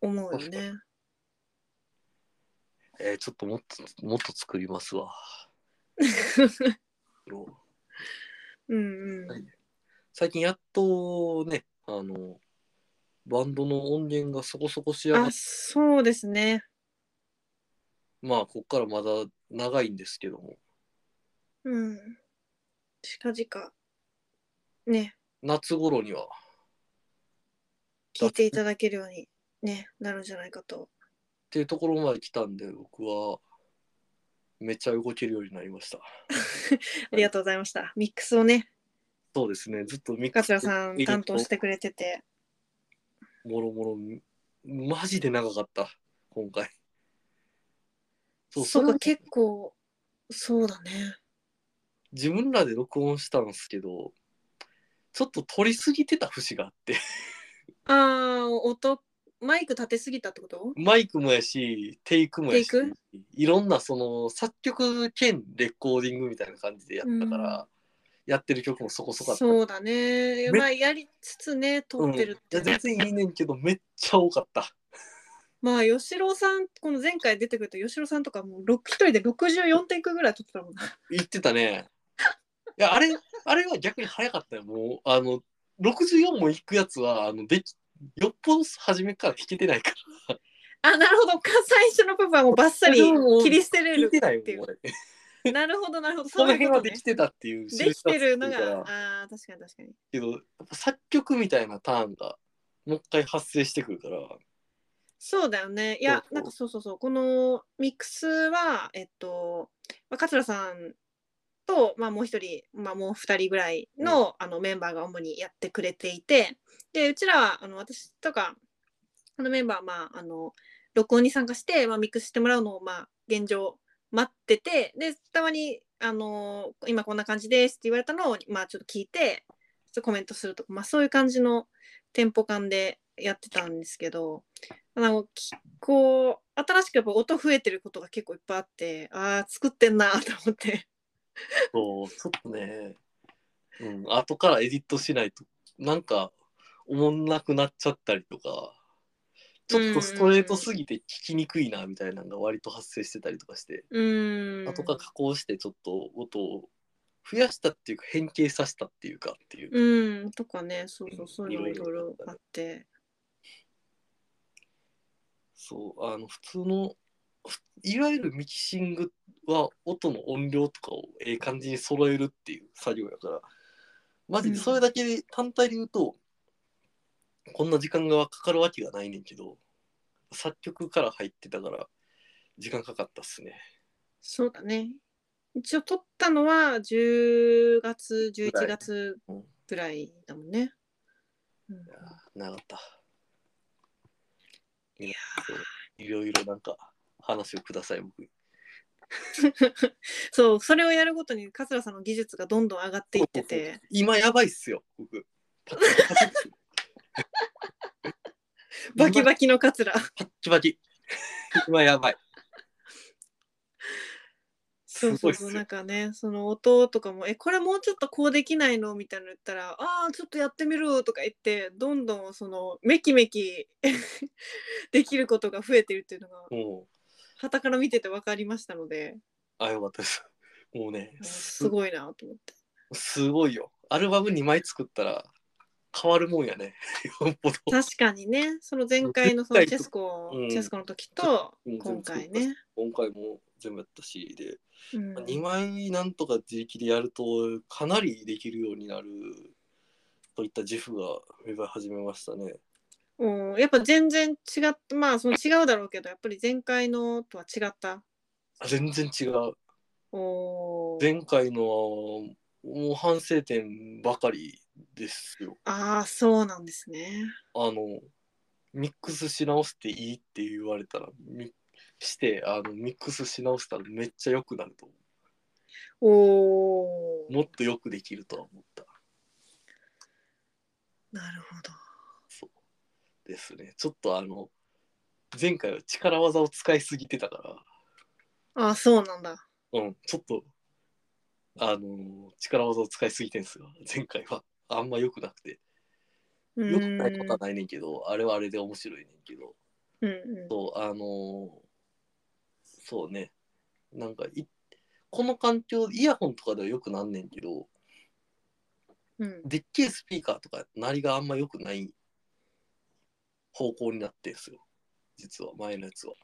S1: 思うよね。
S2: えーちょっともっと、もっと作りますわ。
S1: うんうん。
S2: はい最近やっとね、あの、バンドの音源がそこそこ仕上が
S1: あ
S2: っ
S1: そうですね。
S2: まあ、こっからまだ長いんですけども、
S1: うん。近々ね
S2: 夏頃には、
S1: 聞いていただけるように、ね、なるんじゃないかと。
S2: っていうところまで来たんで、僕は、めっちゃ動けるようになりました。
S1: ありがとうございました。ミックスをね
S2: そうですね、ずっとミックス
S1: 桂さん担当してくれてて
S2: もろもろ、マジで長かった、今回。そう、
S1: そ
S2: それ
S1: こ
S2: を
S1: 結構そうだね。
S2: 自分らで録音したんですけど、ちょっと取りすぎてた節があって、
S1: ああ音マイク立てすぎたってこと
S2: マイクもやし、テイクもやし
S1: テイク、
S2: いろんなその作曲兼レコーディングみたいな感じでやったから、やってる曲もそこそこあった。
S1: そうだね。
S2: め
S1: まあやりつつね撮ってるって、
S2: うんいや全然いいねんけど、めっちゃ多かった。
S1: まあ吉郎さんこの前回出てくれた吉郎さんとかもうろく一人で64テイクぐらい撮ってたもんな。
S2: 言ってたね。いや、あれ、あれは逆に早かったよ。もう、あの、64も行くやつは、あの、でき、よっぽど初めから弾けてないから。
S1: あ、なるほど。か最初の部分はもうバッサ リ切り捨てれ
S2: 弾い
S1: る
S2: てない
S1: ってい
S2: もん、
S1: う。
S2: 俺。
S1: なるほど、なるほど。
S2: そ
S1: そう
S2: の
S1: いう
S2: 辺
S1: こ
S2: は
S1: と
S2: で
S1: ね。
S2: きてたっていう
S1: できてるの
S2: 印象
S1: が
S2: だっ、たから
S1: ああー、確かに確かに。
S2: けど、やっぱ作曲みたいなターンが、もう一回発生してくるから、
S1: そうだよね。い
S2: そう
S1: や
S2: そ、う
S1: なんかそうそうそう。このミックスは、えっと、まあ、桂さんと、まあ、もう一人、まあ、もう二人ぐらいの,、あのメンバーが主にやってくれていて、で、うちらは、あの私とか、あのメンバーは、まあ、あの、録音に参加して、まあ、ミックスしてもらうのを、まあ、現状待ってて、で、たまに、あの今こんな感じですって言われたのを、まあ、ちょっと聞いて、ちょっとコメントするとか、まあ、そういう感じのテンポ感でやってたんですけど、あのきこう新しくやっぱ音増えてることが結構いっぱいあってああ作ってんなと思って
S2: そう、ちょっとね、うん、後からエディットしないと、なんか、おもんなくなっちゃったりとか、ちょっとストレートすぎて聞きにくいな、みたいなのが割と発生してたりとかして、
S1: うーん
S2: 後から加工してちょっと音を増やしたっていうか、変形させたっていうかっていう。
S1: うんとかねそうそうそういうのも
S2: い
S1: いろ
S2: ろい
S1: い
S2: ろ
S1: ろあって
S2: そう、あの、普通の、ふいわゆるミキシングは音の音量とかをええ感じに揃えるっていう作業やから、マジでそれだけで単体で言うと、こんな時間がかかるわけがないねんけど、作曲から入ってたから、時間かかったっすね。
S1: そうだね一応撮ったのは10月
S2: ぐらい
S1: 11月
S2: うん
S1: ぐらいだもんね。うん
S2: いやーなかった。いやー、いろいろなんか話をください、僕。
S1: そうそれをやるごとに桂さんの技術がどんどん上がっていってて
S2: 今やばいっすよ、僕。パチパチですよ
S1: バキバキの桂
S2: パッチパチ。今やばい。
S1: そ
S2: す
S1: う
S2: ご
S1: そ
S2: いうっす
S1: そう
S2: よ。
S1: なんかねその音とかも「えこれもうちょっとこうできないの?」みたいなの言ったら「ああちょっとやってみる」とか言ってどんどんそのメキメキ できることが増えてるっていうのが
S2: もう、
S1: 傍から見てて分かりましたので
S2: あ、よかったです。もうね、
S1: すごいなと思って
S2: すごいよ。アルバム2枚作ったら変わるもんやね。よっぽど。
S1: 確かにねその前回のそのチ
S2: 絶対
S1: ェスコ、
S2: うん
S1: チェスコの時と
S2: うん
S1: 今回ね、
S2: 今回も全部やったし、で、
S1: うん、
S2: 2枚なんとか自力でやるとかなりできるようになるといった自負が芽生え始めましたね。
S1: うん、やっぱ全然違ったまあその違うだろうけどやっぱり前回のとは違った
S2: あ全然違う。
S1: おー
S2: 前回のもう反省点ばかりですよ。
S1: ああそうなんですね
S2: あの、ミックスし直していいって言われたら、ミしてあのミックスし直したらめっちゃ良くなると思
S1: おお
S2: う。もっとよくできるとは思った。
S1: なるほど
S2: そうですね。ちょっとあの、前回は力技を使いすぎてたから。
S1: ああそうなんだ
S2: うん、ちょっと、あのー力技を使いすぎてんすよ、前回は。あんま良くなくて。
S1: う
S2: 良
S1: ん
S2: くないことはないねんけど、あれはあれで面白いねんけど、
S1: うんうん
S2: そう、あのーそうね、なんかい、この環境、イヤホンとかでは良くなんねんけど、
S1: うん
S2: でっけえスピーカーとか、鳴りがあんま良くない方向になってんすよ、実は、前のやつは。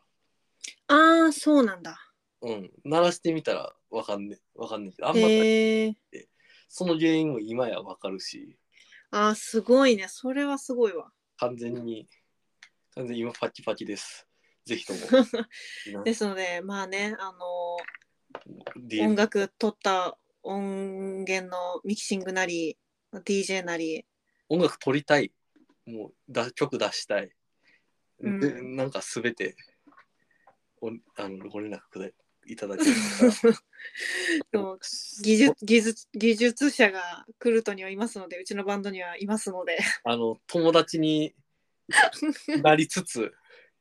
S1: ああそうなんだ
S2: うん、鳴らしてみたらわかんねわかんねんけど、あんま、
S1: へえ
S2: その原因も今やわかるし。
S1: ああすごいねそれはすごいわ
S2: 完全に、完全に今パキパキです。ぜひとも 皆
S1: ですのでまあねあのー
S2: DM
S1: 音楽取った音源のミキシングなり DJ なり
S2: 音楽撮りたい。もうだ曲出したい。
S1: うん
S2: でなんかすべておあのご連絡くだいただけたら
S1: そう技術技術技術者がクルトにはいますのでうちのバンドにはいますので
S2: あの友達になり つつ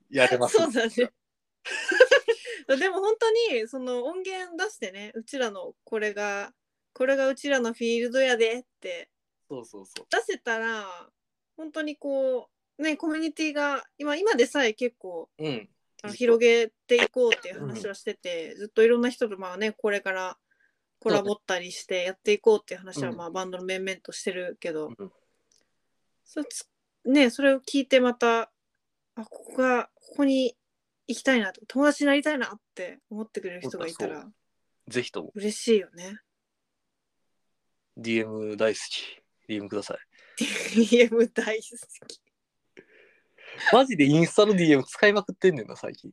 S2: やれます。
S1: そうだね でも本当にその音源出してねうちらのこれがこれがうちらのフィールドやでって
S2: そうそうそう。
S1: 出せたら本当にこうねコミュニティが今今でさえ結構
S2: うん。
S1: あの
S2: 実は
S1: 広げていこうっていう話はしてて、ずっといろんな人とまあねこれからコラボったりしてやっていこうっていう話は
S2: うん
S1: まあバンドの面々としてるけど、
S2: うん
S1: そつねそれを聞いてまたあここがここに行きたいなと友達になりたいなって思ってくれる人がいた
S2: そう
S1: ら
S2: ぜひとも
S1: 嬉しいよね。
S2: DM 大好き。DM ください。
S1: DM 大好き。
S2: マジでインスタの DM 使いまくってんねんな、最近。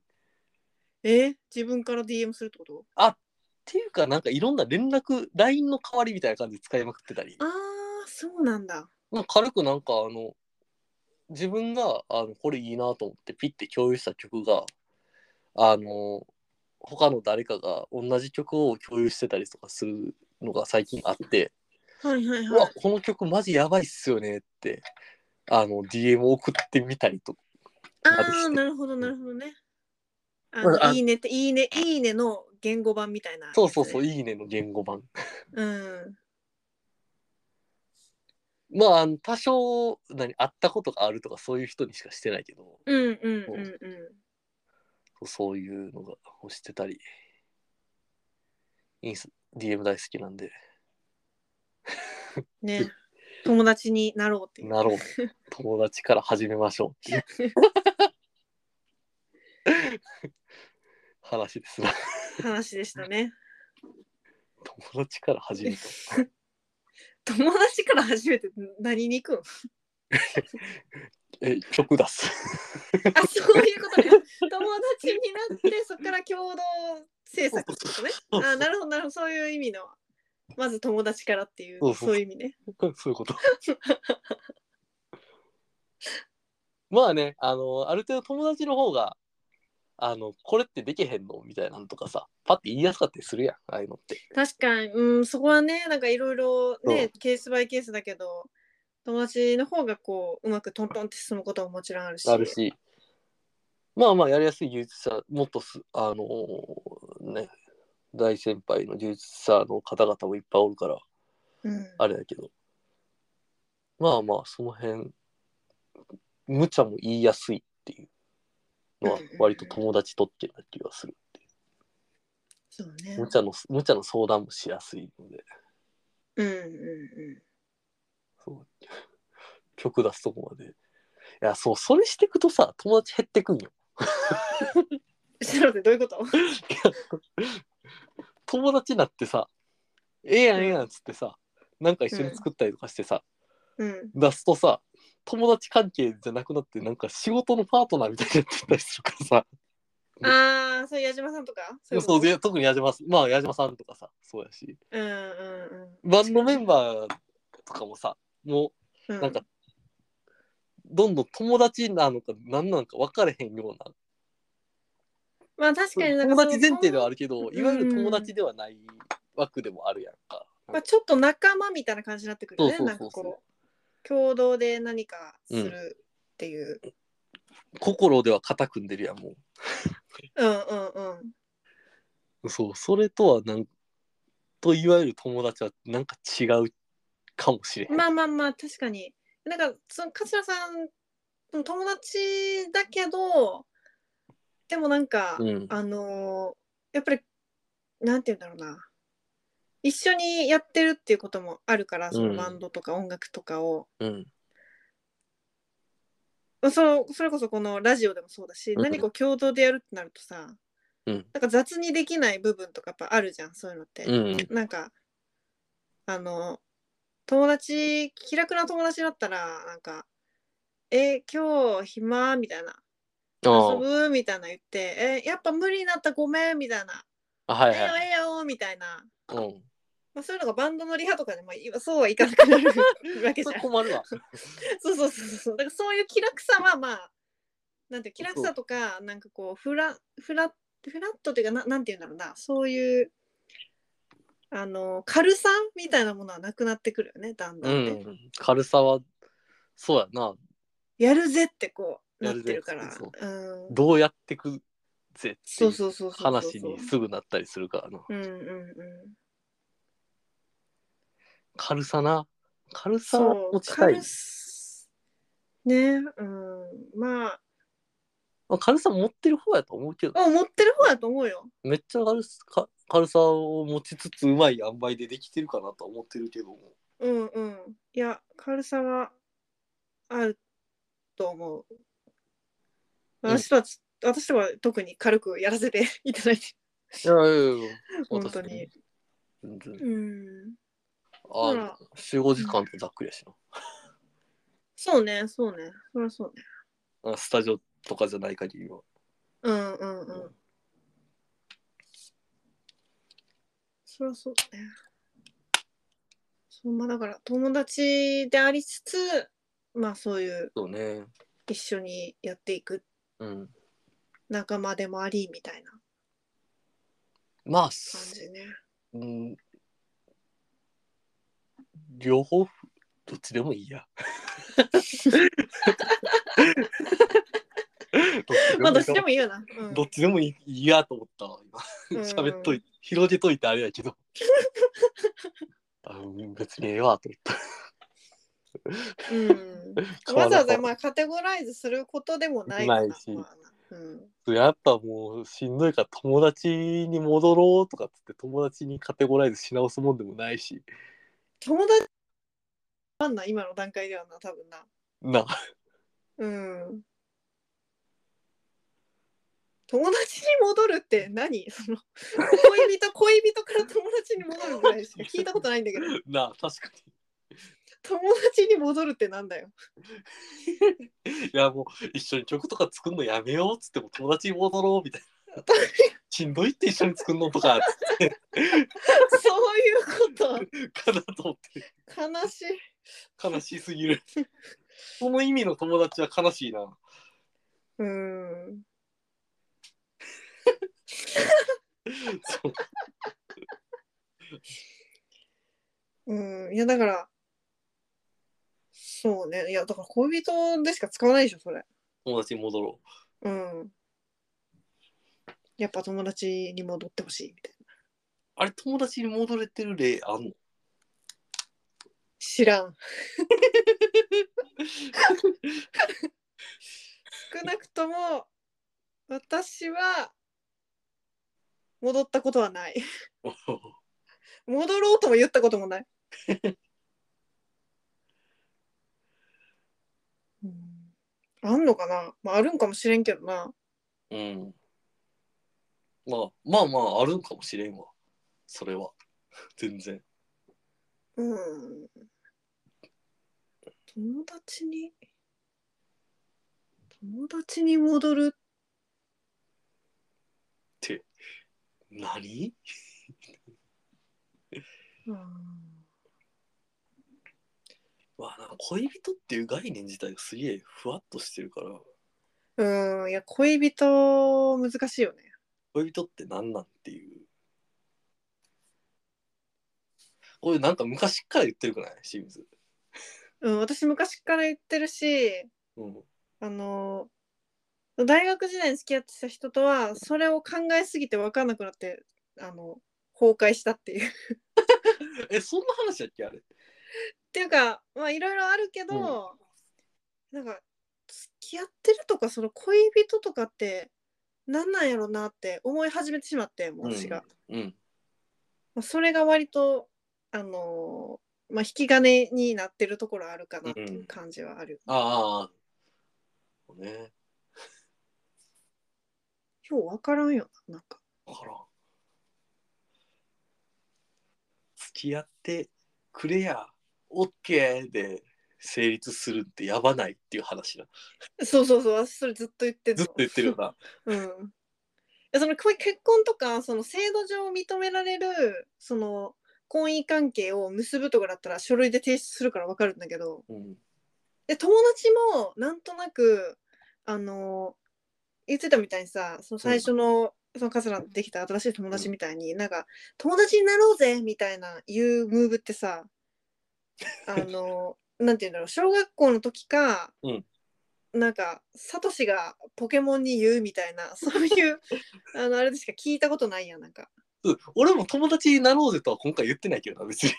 S1: え自分から DM するってこと
S2: っていうか、なんかいろんな連絡、LINE の代わりみたいな感じで使いまくってたり
S1: あ、あそうなんだ。
S2: まあ、軽くなんかあの、自分があのこれいいなと思ってピッて共有した曲が、あの、他の誰かが同じ曲を共有してたりとかするのが最近あって、
S1: はいはいうは
S2: わ
S1: い。、
S2: この曲マジやばいっすよねって、あの、DM を送ってみたりとか。
S1: ああなるほどなるほどね。あ
S2: まああ
S1: いいねっていいねいいねの言語版みたいな、
S2: そうそうそう、
S1: う。
S2: いいねの言語版。
S1: うん。
S2: まあ、あの多少、何、会ったことがあるとかそういう人にしかしてないけど、
S1: うんうんうんうん。
S2: そういうのが欲してたり、インス DM 大好きなんで、
S1: ね。友達になろうっていう。
S2: な ろう。友達から始めましょう。話ですな。
S1: 話でしたね。
S2: 友達から始めた。
S1: 友達から初めて何に行くん
S2: え、曲出す。
S1: あそういうことね。友達になってそこから共同制作ってことね。あなるほどなるほどそういう意味の。まず友達からっていう
S2: そうそう
S1: そういう意味ね
S2: そういうこと。まあね、あの、ある程度友達の方が、あの、これってできへんのみたいなんとかさ、パッて言いやすかったりするやん、ああいうのって。
S1: 確かにうんそこはねなんかいろいろ
S2: そう
S1: ねケースバイケースだけど友達の方がこううまくトントンって進むことももちろんあるし
S2: あるし、まあまあ、やりやすい技術者、もっとす、あのーね、大先輩の技術者の方々もいっぱいおるから、
S1: うん、
S2: あれだけど。まあまあ、その辺、無茶も言いやすいっていうのは
S1: うんうんうん、
S2: 割と友達とってな気がするってい
S1: そうね
S2: う。無茶の、無茶の相談もしやすいので、
S1: うんうんうん
S2: そう。曲出すとこまで。いや、そう、それしてくとさ、友達減ってくんよ。
S1: ちょっと待ってどういうこと
S2: 友達になってさ、ええやんええやんっつってさ、なんか一緒に作ったりとかしてさ、
S1: うん
S2: 出すとさ、友達関係じゃなくなって、なんか仕事のパートナーみたいになってたりするからさ。
S1: ああそう矢島さんとか
S2: そう
S1: そういうこ
S2: で特に矢島さんまあ矢島さんとかさそうやし
S1: とうんうんうん
S2: バンドメンバーとかもさも
S1: う
S2: うなんか、どんどん友達なのか何なのか分かれへんような
S1: まあ確かになんか
S2: 友達前提ではあるけど
S1: うん
S2: いわゆる友達ではない枠でもあるやんか、
S1: まあ、ちょっと仲間みたいな感じになってくるよね
S2: そうそ
S1: な
S2: うんそ
S1: か
S2: うそう
S1: こう共同で何かするっていう、
S2: 心では肩組んでるやんも
S1: うん、うんうん
S2: うそうそれとはなんといわゆる友達はなんか違うかもしれへん、
S1: まあまあまあ確かになんかその桂さん友達だけどでもなんか、
S2: うん
S1: あのーやっぱりなんて言うんだろうな一緒にやってるっていうこともあるからそのバンドとか音楽とかを、
S2: うん
S1: まあそのそれこそこのラジオでもそうだし、
S2: うん
S1: 何かを共同でやるってなるとさ、
S2: うん
S1: なんか雑にできない部分とかやっぱあるじゃんそういうのって、
S2: うん
S1: なんかあの友達気楽な友達だったらなんか「え今日暇?」みたいな「
S2: あ
S1: 遊ぶ?」みたいな言って「えやっぱ無理になったごめん」みたいな「
S2: あは
S1: え
S2: い
S1: えよ
S2: はい、
S1: ええよ」みたいな、
S2: うん、
S1: まあ、そういうのがバンドのリハとかでもいそうはいかなくなるわけじ
S2: そ
S1: ゃ
S2: れ
S1: ん。
S2: 困るわ
S1: そうそうそうそう。だからそういう気楽さはまあ、なんていう気楽さとか、なんかこう、フラ、フラ、フラットというか、ななんていうんだろうな、そういう、あの、軽さみたいなものはなくなってくるよね、だんだ
S2: うん
S1: ね。
S2: ん軽さはそうやな
S1: やるぜってこう、
S2: や
S1: なっ
S2: る
S1: て
S2: ぜ
S1: るから。
S2: そう
S1: うん。
S2: どうやってくぜって
S1: そ
S2: いうう
S1: そうそうそうそう。
S2: 話にすぐなったりするからな
S1: うんうんうん。
S2: 軽さな軽さ
S1: そ
S2: を
S1: う
S2: 持、ちたい
S1: 軽すね、うん。まあ、
S2: まあ軽さ持ってる方やと思うけど
S1: あ持ってる方やと思うよ。
S2: めっちゃ軽すか軽さを持ちつつうまい塩梅でできてるかなとは思ってるけども
S1: うんうん。いや、軽さはあると思う。
S2: うん
S1: 私とはつ、私とは特に軽くやらせて いただいて、
S2: いやいやいや
S1: 本当に。
S2: 全然
S1: うん。
S2: あ
S1: ほら
S2: の45時間とざっくりやし
S1: そうね、そうね。そりゃそうね。
S2: なあスタジオとかじゃない限りは
S1: うんうんうん。そりゃそうだね。そう、まあだから友達でありつつ、まあそういう
S2: そうね
S1: 一緒にやっていく
S2: うん
S1: 仲間でもありみたいな
S2: まあ
S1: 感じね。
S2: うん両方どっちでもい いや。
S1: まあどっちでもいいよな。うん
S2: どっちでもいいやと思ったわ今喋っといて広げといてあれやけどあうん別にええわと思った
S1: うん、 わざわざまあカテゴライズすることでもないか
S2: ないし
S1: まあうん、
S2: やっぱもうしんどいから友達に戻ろうとかっつって友達にカテゴライズし直すもんでもないし
S1: 友達あんな今の段階ではな多分な。
S2: な
S1: うん、友達に戻るって何 その恋人恋人から友達に戻るぐらいしか聞いたことないんだけど
S2: な確かに
S1: 友達に戻るってなんだよ。
S2: いやもう一緒に曲とか作るのやめようっつっても友達に戻ろうみたいなしんどいって一緒に作んのとか、
S1: そういうこ
S2: かなと思って、
S1: と悲しい
S2: 悲しすぎる。その意味の友達は悲しいな。
S1: うーん
S2: そう
S1: うんいやだからそうねいやだから恋人でしか使わないでしょそれ
S2: 友達に戻ろう。
S1: うんやっぱ友達に戻ってほしいみたいな
S2: あれ、友達に戻れてる例あんの
S1: 知らん少なくとも私は戻ったことはない戻ろうとも言ったこともない。うんあんのかな、まあ、あるんかもしれんけどな。
S2: うん。まあまあまあ、あるんかもしれんわ。それは。全然。
S1: うん。友達に友達に戻る
S2: 何まあ、なんか恋人っていう概念自体がすげえふわっとしてるから、
S1: うんいや恋人難しいよね。
S2: 恋人って何なんっていう。これなんか昔っから言ってるくない清水。
S1: うん私昔から言ってるし
S2: うん。
S1: あの大学時代に付き合ってた人とはそれを考えすぎて分かんなくなってあの崩壊したっていう っ
S2: え、そんな話だっけあれ。
S1: ていうかまあいろいろあるけど、なんか付き合ってるとかその恋人とかってなんなんやろなって思い始めてしまってもう私が、
S2: うん。
S1: まあ、それが割とあのまあ引き金になってるところあるかなっていう感じはあるよ、
S2: ああ。そうね。
S1: 今日分からんよななんか
S2: わからん。付き合ってくれや、オッケーで成立するってやばないっていう話だ。
S1: そうそうそう私それずっと言ってん
S2: ず
S1: の
S2: っと言ってるよな。
S1: うんいやそのこ結婚とかその制度上認められるその婚姻関係を結ぶとかだったら書類で提出するから分かるんだけど
S2: うん。
S1: で友達もなんとなくあの言ってたみたいにさその最初の、そのカズラできた新しい友達みたいに、なんか友達になろうぜみたいないうムーブって さあのなんて言うんだろう小学校の時か、
S2: うん
S1: なんかサトシがポケモンに言うみたいな そういうあのあれでしか聞いたことないやんなんか
S2: うん俺も友達になろうぜとは今回言ってないけどな、別に。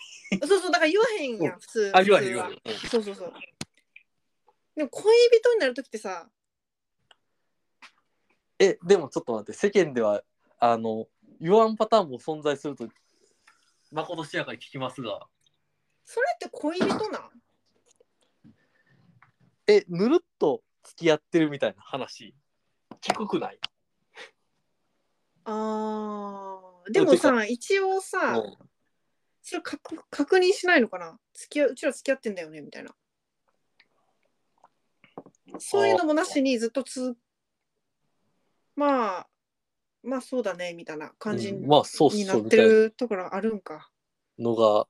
S1: そうそうだから言わへんやん、
S2: う
S1: 普通
S2: あ、言わへ
S1: 普
S2: ん言
S1: 通は
S2: わへん。うん
S1: そうそうそう。でも恋人になる時ってさ、
S2: え、でもちょっと待って、世間では、あの、言わんパターンも存在すると、まことしやかに聞きますが。
S1: それって恋人なん
S2: え、ぬるっと付き合ってるみたいな話、聞くくない
S1: あーでもさ一応さ、
S2: うん
S1: それ確確認しないのかな付き合ううちら付き合ってんだよねみたいなそういうのもなしにずっとつまあまあそうだねみたいな感じ
S2: うん
S1: に
S2: まあ、そうっす
S1: な
S2: よ
S1: っ
S2: み
S1: て
S2: たいな
S1: るところあるんか、
S2: のが、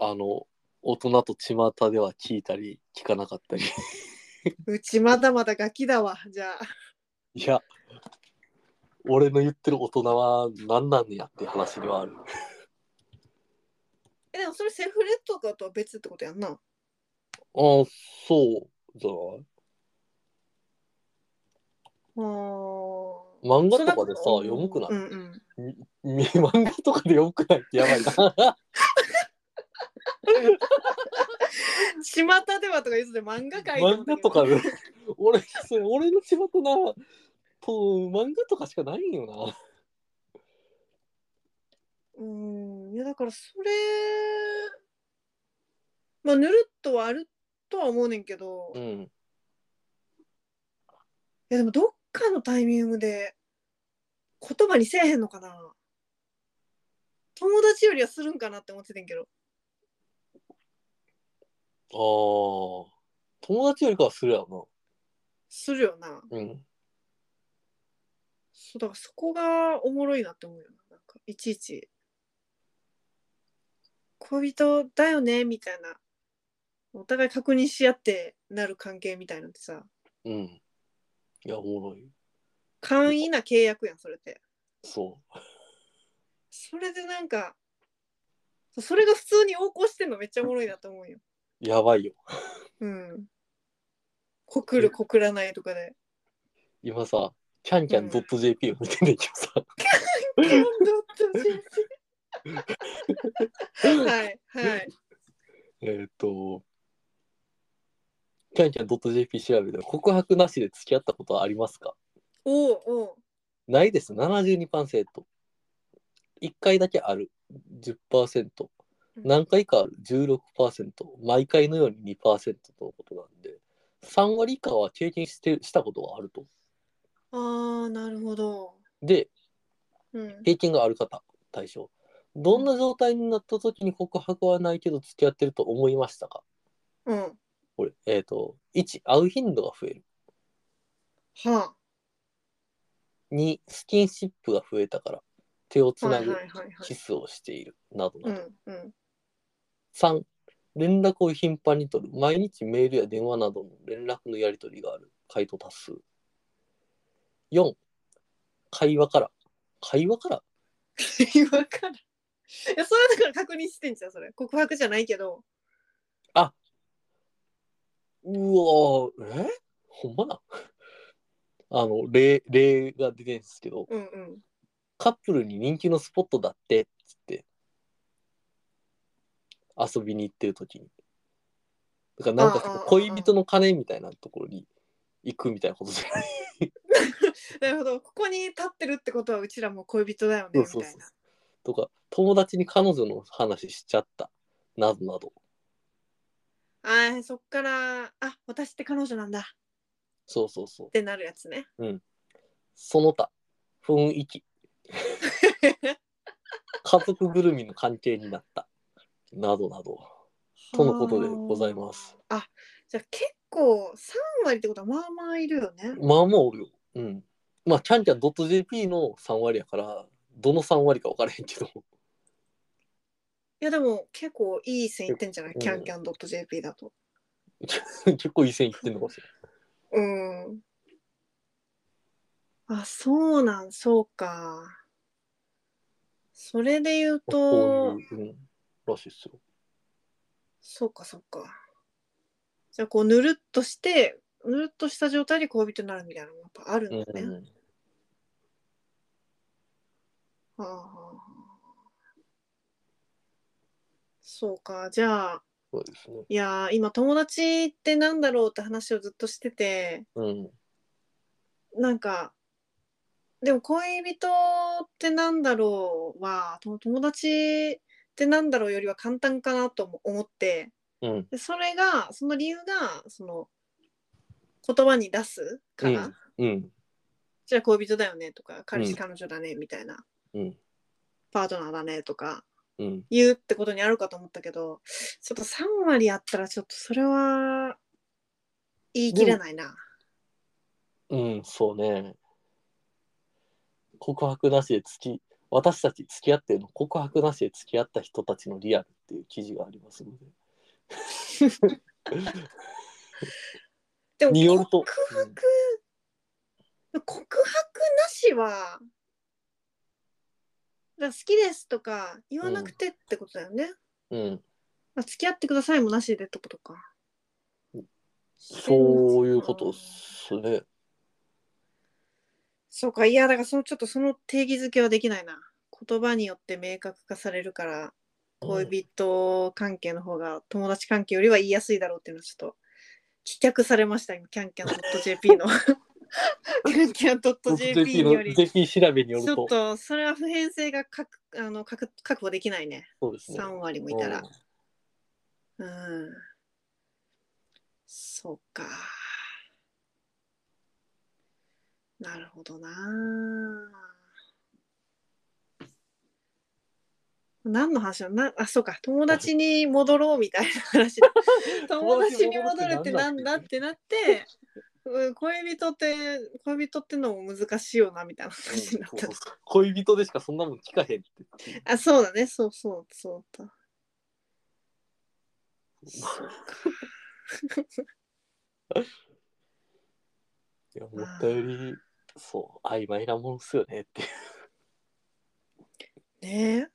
S2: あの、大人と巷では聞いたり、聞かなかったり。
S1: うちまだまだガキだわじゃあ
S2: いや、俺の言ってる大人は何なんやっていう話ではある。
S1: えでもそれセフレとかとは別ってことやんな
S2: ああ、そうじゃない
S1: あー
S2: 漫画とかでさ、
S1: そんな
S2: 読むくない、
S1: うんうん
S2: み 漫画とかで読むくないってやばいな。
S1: 巷ではとか言うとで漫画界
S2: 漫画とかで。俺、それ俺の仕事な、と漫画とかしかないんよな。
S1: うーんいやだからそれまあぬるっとはあるとは思うねんけど、
S2: う
S1: い
S2: ん。
S1: やでもどっかのタイミングで言葉にせえへんのかな友達よりはするんかなって思っててんけど
S2: ああ。友達よりかはするやろ
S1: するよな
S2: な。うん。
S1: そうだからそこがおもろいなって思うよななんかいちいち恋人だよねみたいなお互い確認し合ってなる関係みたいなんてさ
S2: うん。いや、おもろい。
S1: 簡易な契約やんそれって
S2: そ
S1: それでなんかそうそれが普通に横行してんのめっちゃおもろいなと思うよ
S2: う。やばいよ。
S1: うん告る告らないとか で
S2: 今さ、キャンキャン .jp を見てんねんけどさ、
S1: キャンドット JP はいはい
S2: えっと、キャンキャン .jp 調べて、告白なしで付き合ったことはありますか
S1: おうおう
S2: ないです、72%。1回だけある、10%。何回かある、16%。毎回のように2%とのことなんで、3割以下は経験してしたことがあると。
S1: ああなるほど
S2: で、
S1: うん
S2: 経験がある方、対象。どんな状態になった時に告白はないけど付き合ってると思いましたか
S1: うんは
S2: これ、えっ、と、1、会う頻度が増える。
S1: あ
S2: 2、スキンシップが増えたから、手をつ
S1: は
S2: ない
S1: はい
S2: ぐ
S1: はいはい
S2: キスをしている、などな
S1: う
S2: ど。
S1: んうん
S2: 3、連絡を頻繁に取る。毎日メールや電話などの連絡のやり取りがある。回答多数。4、会話から。会話から
S1: 今からいやそれだから確認してんじゃんそれ告白じゃないけど
S2: うわーえほんまな あの、例、例が出てるんですけど、
S1: うんうん
S2: カップルに人気のスポットだって、つって、遊びに行ってる時に。だからなんかそ
S1: ああ
S2: の
S1: ああ
S2: 恋人の鐘みたいなところに行くみたいなことじゃない。
S1: なるほどここに立ってるってことはうちらも恋人だよね
S2: そ
S1: み
S2: う
S1: た
S2: そうそ
S1: いうな。
S2: とか、友達に彼女の話しちゃった、などなど。
S1: あーそっからあ私って彼女なんだっ
S2: そうそうそう。
S1: てなるやつね
S2: その他、雰囲気、家族ぐるみの関係になった、などなど、 とのことでございます。
S1: じゃあ結構3割ってことはまあまあいるよね
S2: まあまあおるよ。うん。まあ、キャンキャン .jp の3割やから、どの3割か分からへんけど。
S1: いやでも結構いい線いってんじゃない、
S2: うん
S1: キャンキャン .jp だと
S2: 結構いい線いってんのかもしれ
S1: うんあそうなんそうかそれで言う
S2: ない。ことういう、うん、らしいっすよ。
S1: そうかそうかじゃあこうぬるっとしてぬるっとした状態で恋人になるみたいなのもやっぱあるんだね、
S2: うんうん、
S1: はあはあはあそうかじゃあ
S2: そうですね。
S1: いやー今友達ってなんだろうって話をずっとしてて
S2: うん。
S1: なんかでも恋人ってなんだろうはと友達ってなんだろうよりは簡単かなとも思って
S2: うん。
S1: でそれがその理由がその言葉に出すから、
S2: うん。
S1: じゃあ恋人だよねとか彼
S2: う
S1: 氏
S2: ん
S1: 彼女だねみたいな、
S2: うん。
S1: パートナーだねとか
S2: うん。
S1: 言うってことにあるかと思ったけどちょっと3割あったらちょっとそれは言い切れないな。
S2: うん、そうね。告白なしで付き、私たち付き合ってるの、告白なしで付き合った人たちのリアルっていう記事がありますので。
S1: でも
S2: によると
S1: 告白、告白なしはだから好きですとか言わなくてってことだよね、
S2: うん。
S1: あ付き合ってくださいもなしでってことか
S2: そういうことっすね。
S1: そうかいやだからそのちょっとその定義づけはできないな言葉によって明確化されるから恋人関係の方が友達関係よりは言いやすいだろうっていうのはちょっと棄却されました今キャンキャン .jp のキャンキャン .jp より
S2: JP 調べによる
S1: ちょ
S2: と
S1: っ、とそれは普遍性が確あの確確保できないね
S2: そうですね。
S1: 3割もいたらうんそうかなるほどな何の話だなあそうか友達に 戻ろうみたいな話友達に戻るってなんだってなってうん恋人って恋人ってのも難しいよなみたいな話になった、
S2: 恋人でしかそんなもん聞かへんって。
S1: あそうだねそうそうそうだそう
S2: いや、思ったより、そう、曖昧なものっすよねっていう。
S1: ね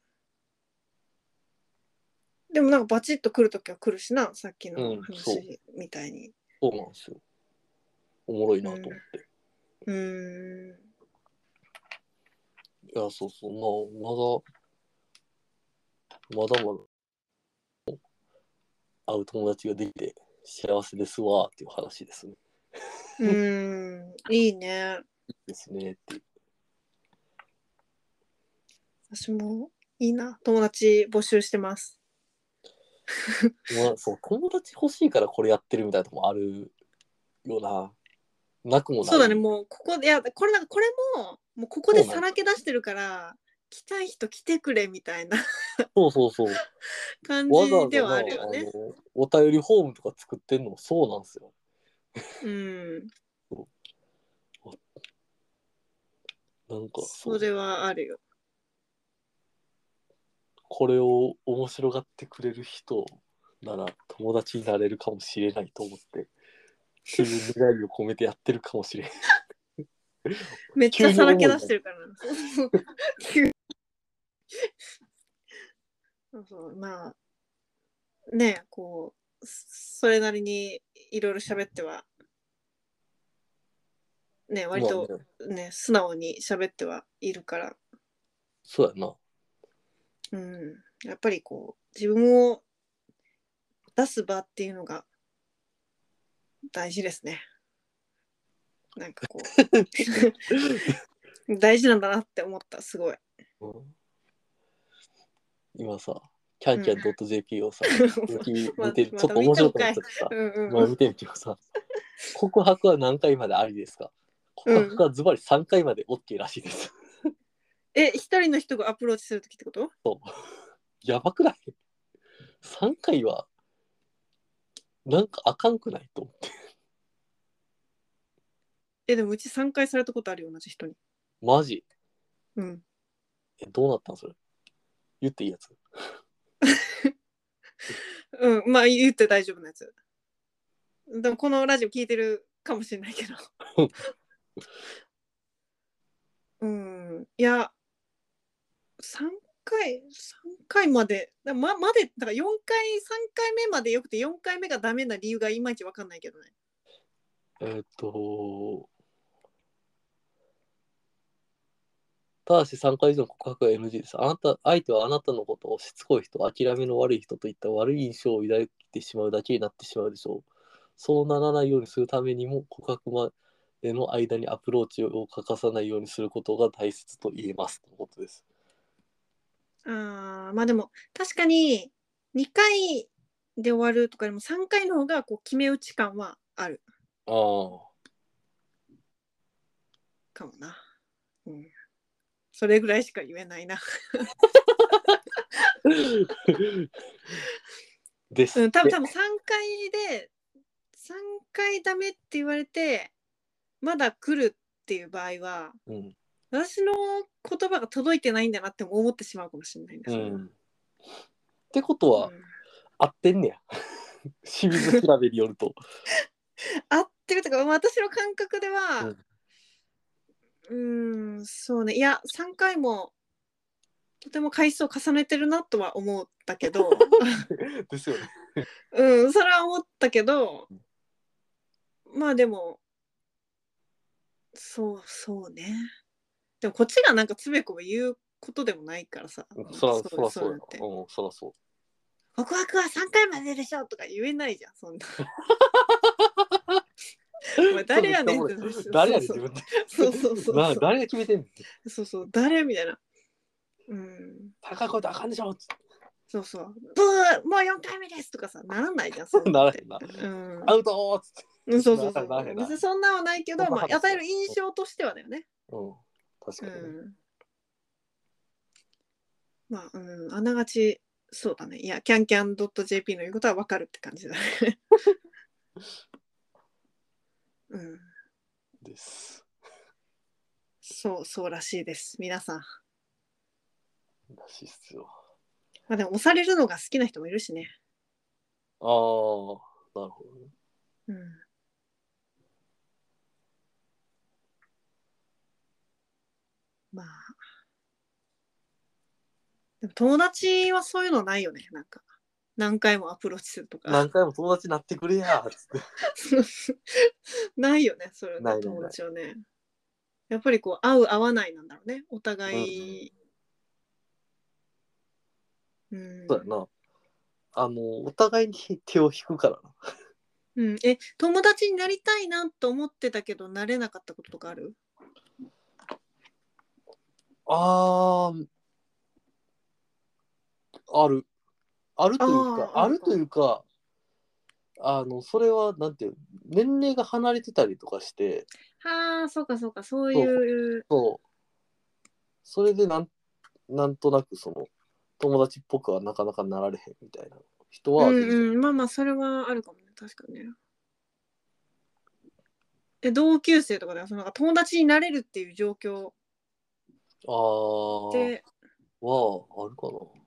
S1: えでもなんかバチッと来るときは来るしなさっき
S2: う
S1: の
S2: んそう
S1: 話みたいに
S2: そうなんですよ。おもろいなと思って。
S1: うーん
S2: いや、そうそう、まあ、まだ、まだまだ、会う友達ができて幸せですわーっていう話ですね。
S1: うーんいいね
S2: ですねっていう。
S1: 私もいいな友達募集してます
S2: まあ、そう、友達欲しいからこれやってるみたいなとこもあるよな。なくもない。
S1: そうだねもうここいやこれなんかこれももうここでさらけ出してるから来たい人来てくれみたいな
S2: そうそうそう。
S1: 感
S2: わざわ
S1: じ
S2: ざ
S1: で
S2: な
S1: はあるよね
S2: あのお便りフォームとか作ってんのもそうなんですよ。
S1: うん
S2: なんか
S1: それはあるよ
S2: これを面白がってくれる人なら友達になれるかもしれないと思ってっていう願いを込めてやってるかもしれない
S1: めっちゃさらけ出してるからな。急そうそうまあねえこうそれなりにいろいろ喋ってはねえ割と
S2: まあね
S1: ね素直に喋ってはいるから、
S2: そうやな
S1: うん、やっぱりこう自分を出す場っていうのが大事ですね。なんかこ う大事なんだなって思ったすごい。
S2: うん今さキャンキャン .jp をさ、見て
S1: ま
S2: 見てち
S1: ま
S2: ょったと面白くなっち ゃってさ、
S1: うんうん
S2: まあ、見てみてもさ告白は何回までありですか告白はズバリ3回まで OK らしいです、
S1: え一人の人がアプローチする時ってこと
S2: やばくない ?3 回はなんかあかんくないと思って
S1: えでもうち3回されたことあるよ同じ人に。
S2: マジ
S1: うん、
S2: えどうなったんそれ言っていいやつ
S1: うん、まあ言って大丈夫なやつ。でもこのラジオ聞いてるかもしれないけど。うんいや3回三回までだままでだから4回3回目までよくて4回目がダメな理由がいまいち分かんないけどね。
S2: えーっとただし3回以上の告白は NG ですあなた相手はあなたのことをしつこい人諦めの悪い人といった悪い印象を抱いてしまうだけになってしまうでしょうそうならないようにするためにも告白までの間にアプローチを欠かさないようにすることが大切と言えますとのことです
S1: あーまあでも確かに2回で終わるとかでも3回の方がこう決め打ち感はある
S2: ああ
S1: かもな。うん、それぐらいしか言えないな。
S2: です、
S1: うん、多分多分3回で3回ダメって言われてまだ来るっていう場合は
S2: うん
S1: 私の言葉が届いてないんだなって思ってしまうかもしれないね。
S2: う
S1: それは
S2: ん、ってことは、
S1: うん
S2: 合ってんねや 清水調べによる と
S1: 合ってるとか私の感覚ではうーんそうねいや3回もとても回数を重ねてるなとは思ったけ ど
S2: ですよね
S1: うんそれは思ったけどまあでもそうそうねでもこっちがなんかつべこべ言うことでもないからさ
S2: そらそ
S1: そ
S2: らそう
S1: う
S2: や
S1: だって
S2: うんそらそう
S1: 告白は3回まででしょとか言えないじゃんそんなお前誰やねんってなる
S2: 誰やねん自分で
S1: そうそうそう
S2: な
S1: そう
S2: 誰が決めてんの
S1: そうそう誰みたいなうん
S2: 高い声とあかんでしょ
S1: そうそうブーもう4回目ですとかさならないじゃんそん
S2: な
S1: な
S2: ら
S1: っ
S2: へ
S1: て
S2: ん
S1: う
S2: な
S1: ん
S2: アウトーっつって
S1: うんそうそうそ
S2: ならへん
S1: う
S2: な
S1: 別にそんなはないけど
S2: そんな
S1: ま
S2: 話
S1: あ与える印象としてはだよね
S2: うん確か
S1: う
S2: に、
S1: んまあうんあながちそうだねいやキャンキャン .jp の言うことはわかるって感じだねうん。
S2: です。
S1: そう、そうらしいです。皆さん。
S2: らしいっすよ。
S1: まあでも押されるのが好きな人もいるしね。
S2: ああ、なるほどね。
S1: うん。まあ。でも友達はそういうのないよね。なんか。何回もアプローチするとか。
S2: 何回も友達になってくれやつって。
S1: ないよね、それ
S2: な
S1: の
S2: いない
S1: 友達はね。やっぱりこう、合う合わないなんだろうね、お互い。うん。
S2: そうやな。あの、お互いに手を引くからな。
S1: うん、え、友達になりたいなと思ってたけど、なれなかったこととかある
S2: ああ、ある。あるというか、
S1: あー
S2: あるというか、あの、それは、なんていう、年齢が離れてたりとかして、
S1: ああ、そうかそうか、そういう。
S2: そう。それでなん、なんとなくその、友達っぽくはなかなかなられへんみたいな人は、
S1: うんうん、まあまあ、それはあるかもね、確かにね。え、同級生とかで、そのなんか友達になれるっていう状況
S2: ああ、
S1: で、
S2: は、あるかな。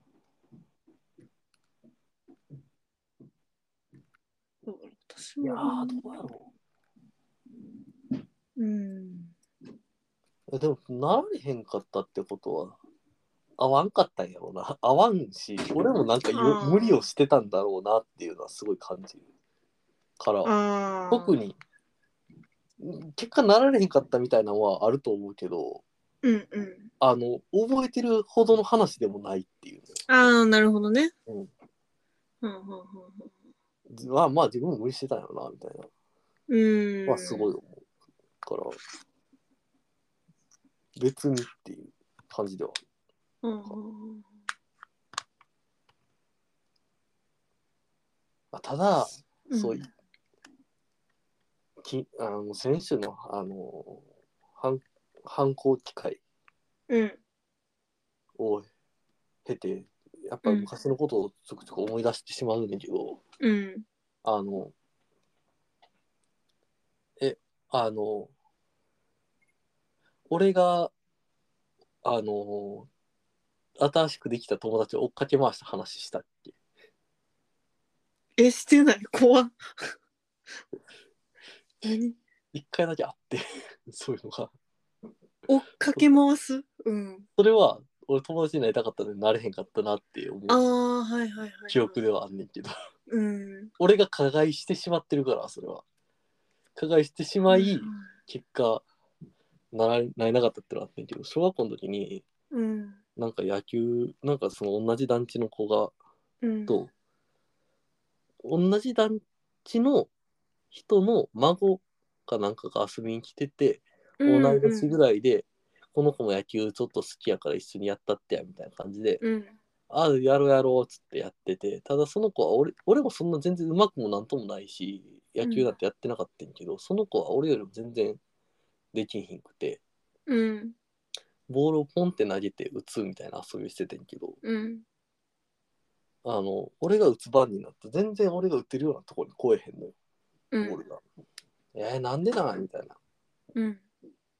S1: そうだろう私
S2: いや
S1: も
S2: ー、。どうやろう。
S1: うん。
S2: えでも、なられへんかったってことは、合わんかったんやろうな。合わんし、俺もなんかよ
S1: あー
S2: 無理をしてたんだろうなっていうのはすごい感じるから、
S1: ああ。
S2: 特に、結果なられへんかったみたいなのはあると思うけど、
S1: うんうん。
S2: あの、覚えてるほどの話でもないっていう
S1: ああ、なるほどね。
S2: うん
S1: うんうん
S2: ね。まあまあ、自分も無理してたんやろうな、みたいな。
S1: うんうん。
S2: まあ、すごい思うから、別にっていう感じではある。
S1: うんうんうん。
S2: まあ、ただ、
S1: うん
S2: そういきあの先週のあの犯犯行機会
S1: うん。
S2: を経てやっぱり昔のことをちょくちょく思い出してしまうんだけど、
S1: うん。
S2: あのえあの俺があの新しくできた友達を追っかけ回した話したっけ
S1: え、してない。怖っ。 何
S2: 一回だけあって そういうのが
S1: 追っかけ回すうん。
S2: それは俺友達になりたかったのになれへんかったなって思う
S1: ああ、はいはいはい。
S2: 記憶。ではあんねんけど
S1: うん。
S2: 俺が加害してしまってるからそれは加害してしまい結果ならなれなかったってのはあってんけど小学校の時に
S1: うん。
S2: なんか野球なんかその同じ団地の子が
S1: うん。
S2: と、同じ団地の人の孫かなんかが遊びに来てて、
S1: うん
S2: 同い年ぐらいでこの子も野球ちょっと好きやから一緒にやったってやみたいな感じで
S1: うん。
S2: ああやろうやろうっつってやっててただその子は俺俺もそんな全然うまくもなんともないし野球なんてやってなかったんやけど、その子は俺よりも全然できんひんくて
S1: うん。
S2: ボールをポンって投げて打つみたいな遊びしててんけど
S1: うん。
S2: あの俺が打つ番になって全然俺が打ってるようなところに来えへんのよ
S1: う
S2: ボー
S1: ん。
S2: ルが。えー、なんでなんみたいな。
S1: うん。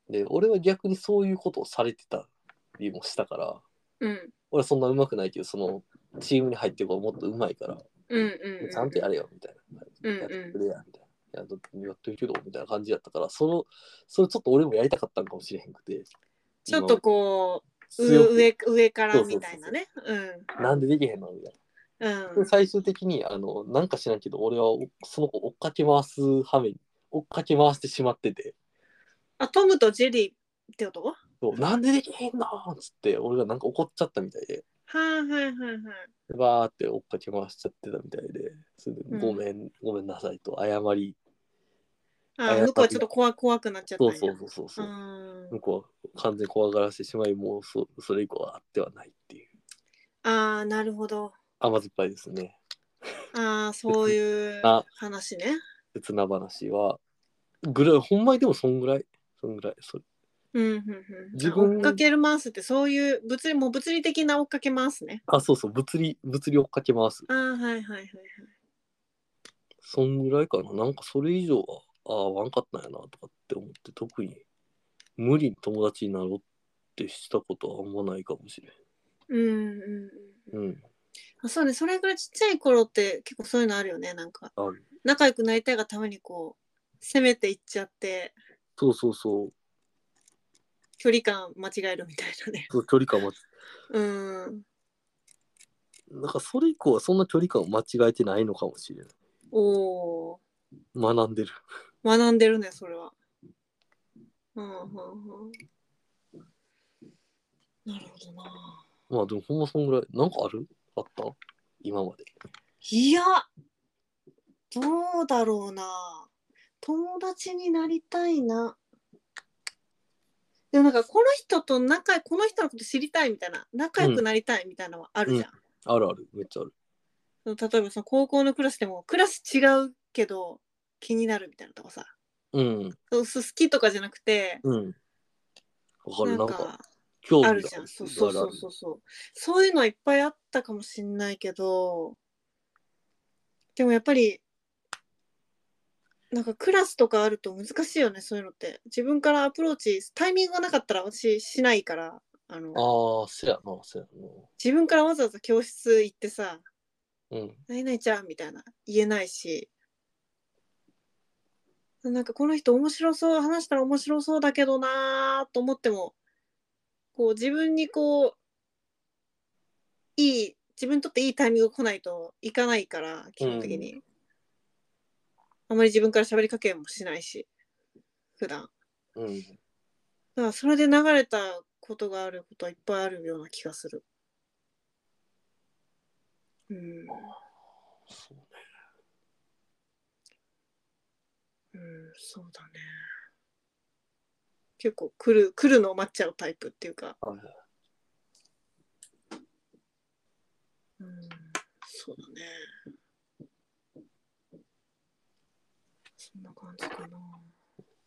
S2: で俺は逆にそういうことをされてたりもしたから
S1: うん。
S2: 俺はそんなうまくないけどそのチームに入ってる子はもっとうまいから
S1: うん。うん。
S2: ちゃんとやれよみたいな。
S1: うん。
S2: やって
S1: う
S2: くれや、みたいな。いや、だってやってるけど、みたいな感じやったから、その、それちょっと俺もやりたかったんかもしれへんくて、
S1: ん。ちょっとこう、
S2: 強く
S1: 上、上からみたいなね。うん。
S2: なんでできへんのみたいな。
S1: うん
S2: で。最終的に、あの、なんか知らんけど、俺はおその子追っかけ回す羽目に、追っかけ回してしまってて、
S1: あ、トムとジェリーってことは
S2: そうなんでできへんのつって、俺がなんか怒っちゃったみたいで、
S1: あはいはいはい。
S2: バーって追っかけ回しちゃってたみたいで、それで
S1: うん
S2: ごめん、ごめんなさいと、謝り、
S1: あ
S2: あ
S1: 向こうはちょっと怖怖くなっちゃったん
S2: そ
S1: や
S2: うそうそうそうそう。
S1: あー
S2: 向こうは完全に怖がらせてしまい、もうそそれ以降はあってはないっていう。
S1: あー、なるほど。
S2: 甘酸っぱいですね。
S1: ああ、そういう
S2: あ
S1: 話ね。
S2: 切な話はぐらいほんまにでもそんぐらいそんぐらいそれ
S1: うんうんうん、
S2: 自
S1: 追
S2: 分
S1: っかける回すってそういう物理もう物理的な追っかけ回すね。
S2: あそうそう物理物理追っかけ回す
S1: ああはいはいはいはい。
S2: そんぐらいかななんかそれ以上はああ合わんかったんやなとかって思って特に無理に友達になろうってしたことはあんまないかもしれ
S1: うんうんうん
S2: ん。うん。
S1: あそうねそれぐらいちっちゃい頃って結構そういうのあるよねなんか
S2: ある
S1: 仲良くなりたいがためにこう攻めていっちゃって
S2: そうそうそう。
S1: 距離感間違えるみたいなね
S2: そう距離感は
S1: うん
S2: なんかそれ以降はそんな距離感を間違えてないのかもしれない。
S1: おお
S2: 学んでる。
S1: 学んでるねそれはうんうんうんなるほどな
S2: まあでもほんまそんぐらい。なんかあるあった今まで。
S1: いやどうだろうな友達になりたいなでもなんかこの人と仲この人のこと知りたいみたいな仲良くなりたいみたいなのはあるじゃん、
S2: あるある。めっちゃある。
S1: その例えばその高校のクラスでもクラス違うけど気になるみたいなとかさ
S2: うん。
S1: そうそう好きとかじゃなくて
S2: うん。わかる。なんか、興味が
S1: あるじゃん。そうそうそうそうそう。そういうのはいっぱいあったかもしんないけど、でもやっぱり、なんかクラスとかあると難しいよね、そういうのって。自分からアプローチ、タイミングがなかったら私しないから、あ
S2: ある
S1: の、
S2: あー、せやな、せや
S1: 自分からわざわざ教室行ってさ、
S2: な。うん。
S1: 何々ちゃんみたいな言えないし、なんかこの人面白そう、話したら面白そうだけどなーと思っても、こう自分にこう、いい、自分にとっていいタイミングが来ないといかないから、基本的に。あまり自分から喋りかけもしないし、普段。
S2: うん。
S1: だからそれで流れたことがあることはいっぱいあるような気がする。うん。
S2: そうね。
S1: うん、そうだね。結構来る来るのを待っちゃうタイプっていうか、
S2: はい
S1: うん、そうだね。そんな感じかな。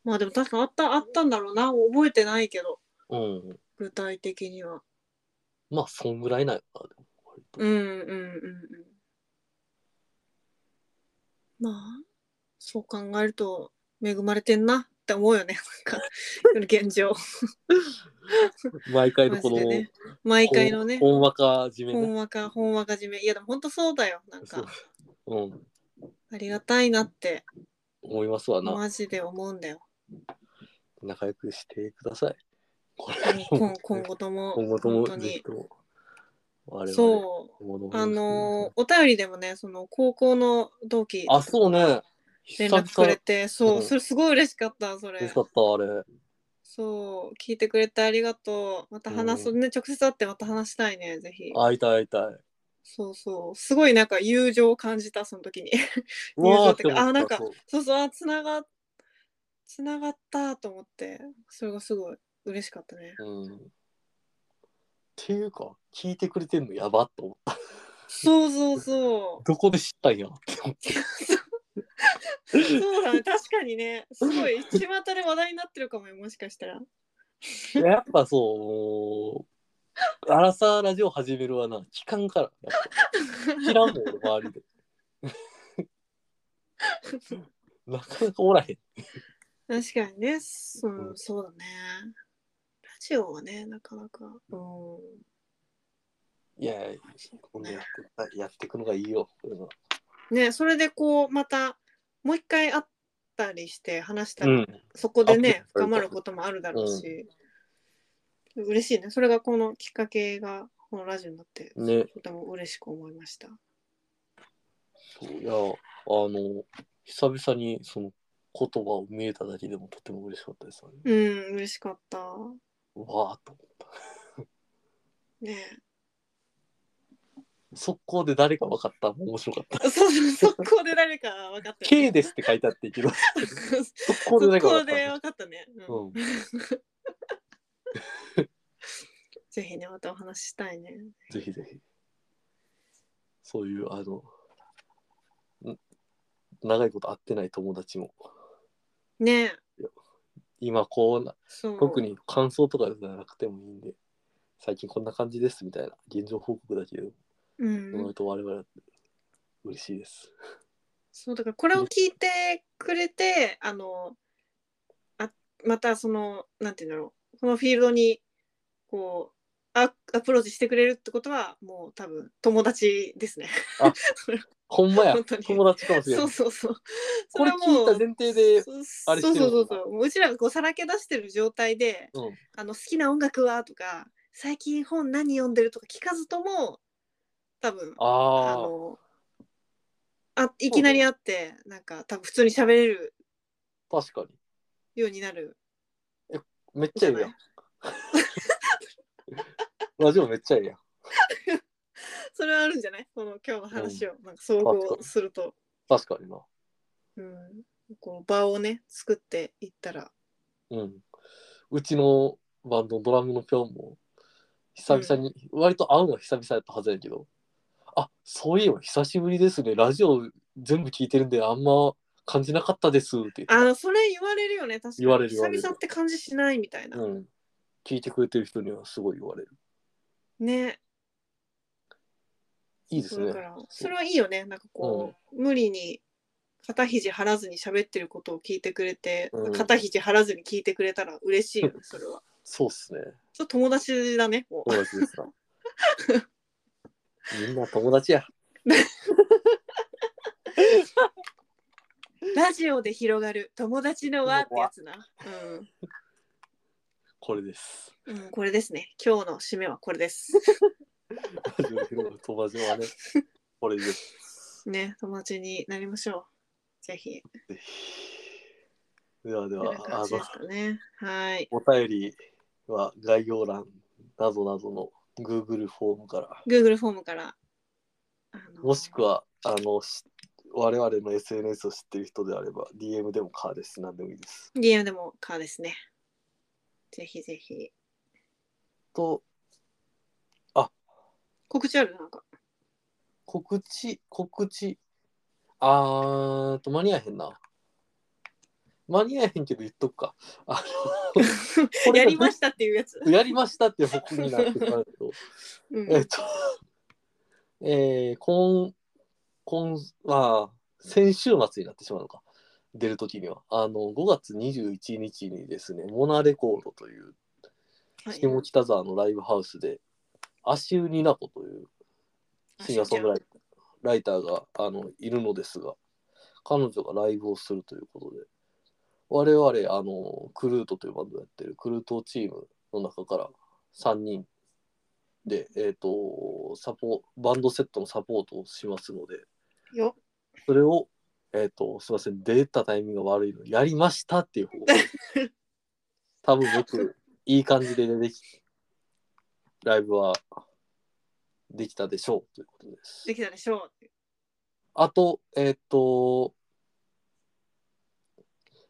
S1: まあでも確かあったあったんだろうな覚えてないけど
S2: うん。
S1: 具体的には。
S2: まあ、そんぐらいなんやな、でも割と
S1: うんうんうんうん。まあそう考えると恵まれてんなって思うよねなんか 現状
S2: 毎回のこの、
S1: マジでね毎回のね。
S2: ほんほんわかじめ
S1: ほん
S2: ね。
S1: わか、ほんわか締め。いや、でも本当そうだよ。なん
S2: そう
S1: か、。
S2: うん。
S1: ありがたいなって、
S2: 思いますわな。
S1: マジで思うんだ よ。
S2: 仲良くしてください。これ
S1: 今今後とも。
S2: 今後とも
S1: 本当
S2: ずっ
S1: に。
S2: と我々
S1: そう。
S2: 今後とも
S1: あのー、お便りでもね、その高校の同期
S2: あそうね
S1: 連
S2: 久々
S1: 絡くれて、そうう、
S2: ん
S1: それすごい嬉しかった、そ
S2: 嬉
S1: れ
S2: しか。ったあれ
S1: そう、聞いてくれてありがとう。また話そうね、直接会ってまた話したいね、ぜひ。
S2: 会いたい会いたい
S1: そうそう。すごいなんか友情を感じた、その 時に。
S2: う
S1: 友情
S2: わー
S1: ってか
S2: って思った
S1: あなんか
S2: そう
S1: そうそう、あ、つなが、つながったと思って、それがすごい嬉しかったね。
S2: うんっていうか聞いてくれてんのやばっと思った
S1: そうそうそ
S2: どこで知ったんやって思っ
S1: う。そうだね、確かにね、すごい、巷で話題になってるかもよ、もしかしたら。
S2: てやっぱそうアラサーラジオ始めるはな期間からやっぱ知らんもん俺周 りでなかなかおらへん
S1: 確かにね、その
S2: うん
S1: そうだね。ラジオはね、なかなか。うん。
S2: いやいやこんなやってやってくのがいいよこれは
S1: ね、それでこう、また、もう一回会ったりして話した
S2: う
S1: ら、
S2: ん
S1: そこでね、
S2: あそ
S1: 深
S2: う
S1: まることもあるだろうし、嬉しいね。それがこのきっかけが、このラジオになって、
S2: ね
S1: とても嬉しく思いました。
S2: そういや、あの、久々にその言葉を見えただけでもとても嬉しかったです、ね。
S1: うん、嬉しかった。
S2: うわーっと思った。
S1: ね
S2: 速攻で誰か分かったも面白かった。
S1: え。 そうそう、速攻で誰か分かったよね、
S2: K ですって書いてあっていけど、 速攻で
S1: 速
S2: 誰か
S1: 攻
S2: 分
S1: で
S2: か
S1: 分
S2: っ
S1: かったね。
S2: た。
S1: うん
S2: うん。
S1: ぜひね、またお話ししたいね。
S2: ぜひぜひ。そういう、あの、ん長いこと会ってない友達も、
S1: ねえ、
S2: 今こうな、
S1: そう。
S2: 特。に感想とかじゃなくてもいいんで、最近こんな感じですみたいな、現状報告だけど、
S1: う
S2: 意外
S1: ん。
S2: と我々は嬉しいです。
S1: そうだからこれを聞いてくれてあのあまたそのなんて言うんだろうこのフィールドにこうアアプローチしてくれるってことはもう多分友達ですね。
S2: ほんまや
S1: 本当に
S2: 友達かもしれ
S1: そ
S2: ないう
S1: そうそう。
S2: これ聞
S1: そはも
S2: いうた前提で
S1: そう
S2: あれして
S1: そう
S2: る
S1: そ
S2: も
S1: うんそうそ
S2: な
S1: ううちらがこうさらけ出してる状態で
S2: うん
S1: あの好きな音楽はとか最近本何読んでるとか聞かずとも多分あ
S2: あ
S1: のあいきなり会ってなんか多分普通に喋れる
S2: あ確かに
S1: ようになる
S2: めっ
S1: ん
S2: ち
S1: じ
S2: ゃ
S1: ゃ
S2: いい
S1: な
S2: や
S1: い
S2: ん ラジオめっちゃいいやん
S1: それはあるんじゃないこの今日の話をなんか総
S2: 確か
S1: 合
S2: に
S1: すると、
S2: 確かにな
S1: うん、こう場をね作っていったら
S2: うんうちのバンドのドラムのぴょんも久々に、割と会うのは久々やったはずやけどあそういえば久しぶりですねラジオ全部聞いてるんであんま感じなかったですって言って
S1: あそれ言われるよね確かに
S2: 言われる言われる
S1: 久々って感じしないみたいな、
S2: うん、聞いてくれてる人にはすごい言われる
S1: ね
S2: いいです
S1: そうだ
S2: ね
S1: からそれはいいよねなんかこう、無理に肩肘張らずに喋ってることを聞いてくれて、
S2: うん
S1: 肩肘張らずに聞いてくれたら嬉 しいよねそれは
S2: そうっすね
S1: ちょっと友達だねもう
S2: 友達ですな みんな友達や
S1: ラジオで広がる友達の輪ってやつな、
S2: これです
S1: うんうん、これですね今日の締めはこれ です
S2: ラジオで広がる友達はねこれです
S1: ね、友達になりましょう。ぜひ。
S2: ぜひではで
S1: こん
S2: は
S1: な
S2: あ
S1: 感じ
S2: の
S1: ですかね。はい。
S2: お便りは概要欄などなどの Google フォームから
S1: Google フォームから。あの
S2: もしくはあのし我々の SNS を知ってる人であれば DM でもカーです何でもいいです
S1: DM でもかですね。ぜひぜひ。
S2: と
S1: 告知あるなんか。
S2: 告知告知あーっと間に合えへんな間に合えへんけど言っとくかあ のこれ
S1: や
S2: が
S1: りましたっていうやつ。
S2: やりましたっていう報告になってたけど
S1: うん
S2: えっと、えー、今、今、まあ、先週末になってしまうのか、出るときには。あの、5月21日にですね、モナレコードという、
S1: はい
S2: 下北沢のライブハウスで、足湯になこというシンガーソングライライターがあのいるのですが、彼女がライブをするということで、我々、あの、クルートというバンドをやってるクルートチームの中から3人で、えっ、と、サポ、バンドセットのサポートをしますので、
S1: よ
S2: それを、えっ、と、すいません、出たタイミングが悪いのでやりましたっていう方が、多分僕、いい感じででき、ライブはできたでしょうということです。
S1: できたでしょう。
S2: あと、えーっと、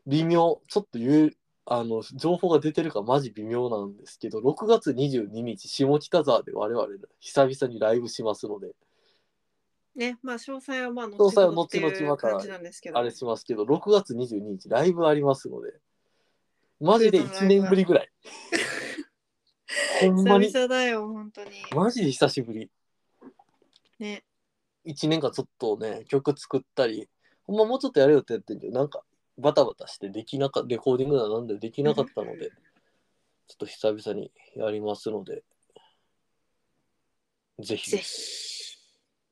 S2: 微妙、ちょっと言う、あの、情報が出てるかマジ微妙なんですけど、6月22日、下北沢で我々、久々にライブしますので、
S1: ね、まあ詳細はまあ後
S2: 詳細は
S1: ってい
S2: 後々ま
S1: う
S2: た
S1: 感じなんですけど。
S2: あれしますけど、6月22日、ライブありますので、マジで1年ぶりぐらい。ほんまに
S1: 久、々だよ、本当に。
S2: マジで久しぶり。
S1: ね。
S2: 1年間ちょっとね曲作ったりほんまもうちょっとやれよってやってんけどなんかバタバタしてできなかレコーディングだなんでできなかったのでちょっと久々にやりますのでぜひ
S1: ぜひ。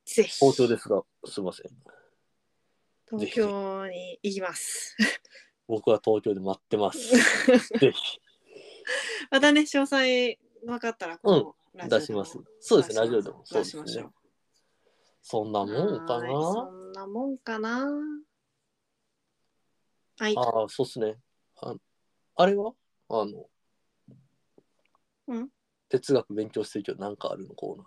S1: ぜひ。
S2: 包丁ですがすいません
S1: 東京に行き ます。
S2: 僕は東京で待ってます ぜひ
S1: またね、詳細分かったらこのラジオ
S2: 出
S1: で
S2: し
S1: も
S2: ますそうですねラジオでも
S1: 出
S2: そうで
S1: し
S2: す
S1: ましょ
S2: ね
S1: う。
S2: そんなもんか
S1: はーいそ
S2: なん
S1: なもんかな。はい。
S2: ああそうっすねああれはあの、
S1: うん
S2: 哲学勉強してるけどなんかあるのコーナー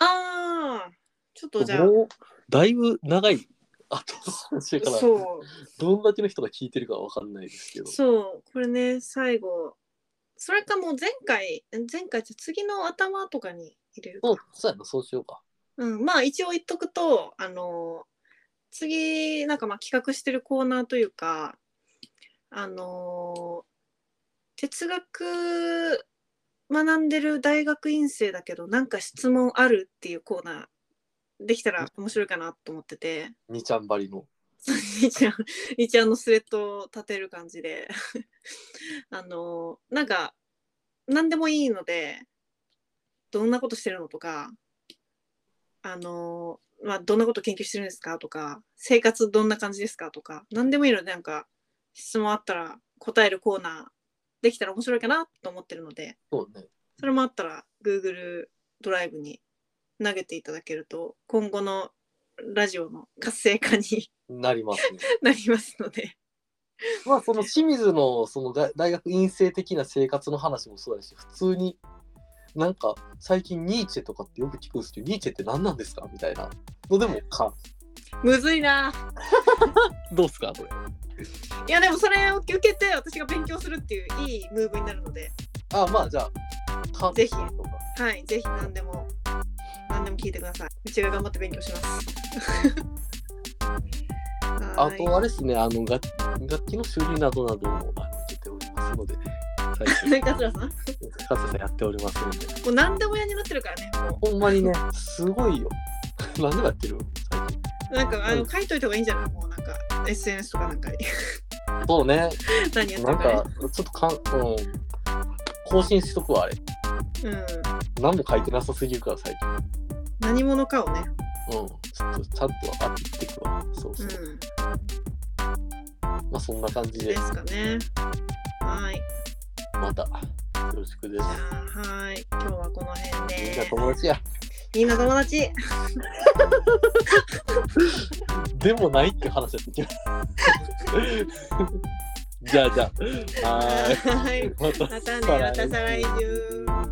S1: ああ、ちょっとじゃ
S2: もうだいぶ長い後の話
S1: あ、
S2: から
S1: そ
S2: どんだけの人が聞いてるかわかんないですけど
S1: う、そう、これね、最後。それかもう前回、前回じゃ次の頭とかに入れるか
S2: そうそうやなそうしようか
S1: うん、まあ一応言っとくと、あの、次、なんかまあ企画してるコーナーというか、あの、哲学学んでる大学院生だけど、なんか質問あるっていうコーナできたら面白いかなと思ってて、
S2: みちゃんばりの。
S1: 一応一応あのスレッドを立てる感じで あのなんか何でもいいのでどんなことしてるのとかあの、まあ、どんなこと研究してるんですかとか生活どんな感じですかとか何でもいいのでなんか質問あったら答えるコーナーできたら面白いかなと思ってるので
S2: そうね。
S1: それもあったら Google ドライブに投げていただけると今後のラジオの活性化に
S2: なります ね。
S1: なりますので
S2: まあその清水のそのが大学院生的な生活の話もそうだし普通になんか最近ニーチェとかってよく聞くんですけどニーチェって何なんですかみたいなのでもか
S1: むずいな
S2: どうですかこれ
S1: いやでもそれを受けて私が勉強するっていういいムーブになるので
S2: あまあじゃあか
S1: ぜひ
S2: とか
S1: はいぜひ何でも何でも聞いてくださいうちが頑張って勉強します
S2: あ
S1: はい
S2: とあれですねあの楽楽器の修理などなどもあの受けておりま すので最近
S1: 桂さんも
S2: 深瀬さんやっておりますので
S1: う何でも屋になってるからねも
S2: ほんまにねすごいよ 何でもやってる最近
S1: うなんかあ
S2: う
S1: の
S2: ん
S1: 書いといた方がいいんじゃないもうなんか SNS とかなんかに
S2: そうね
S1: 何やって
S2: な
S1: る
S2: ん
S1: かね
S2: かちょっとかん、うん、更新しとくわあれ
S1: うん
S2: 何も書いてなさすぎるから最近。
S1: 何者かをね
S2: うん。ちょっとちゃんとアピってくわ。そう
S1: う
S2: そう。
S1: ん
S2: まあそんな感じ
S1: で
S2: です
S1: かねはい
S2: またよろしくで
S1: じ
S2: す。
S1: ゃあはい今日はこの辺
S2: みんな
S1: で
S2: 友達や。
S1: みんな友達
S2: でもないって話やってきます。 じゃあじゃあ。はーい。
S1: はい
S2: また
S1: またねまた
S2: 再
S1: 再来
S2: 来週
S1: 週。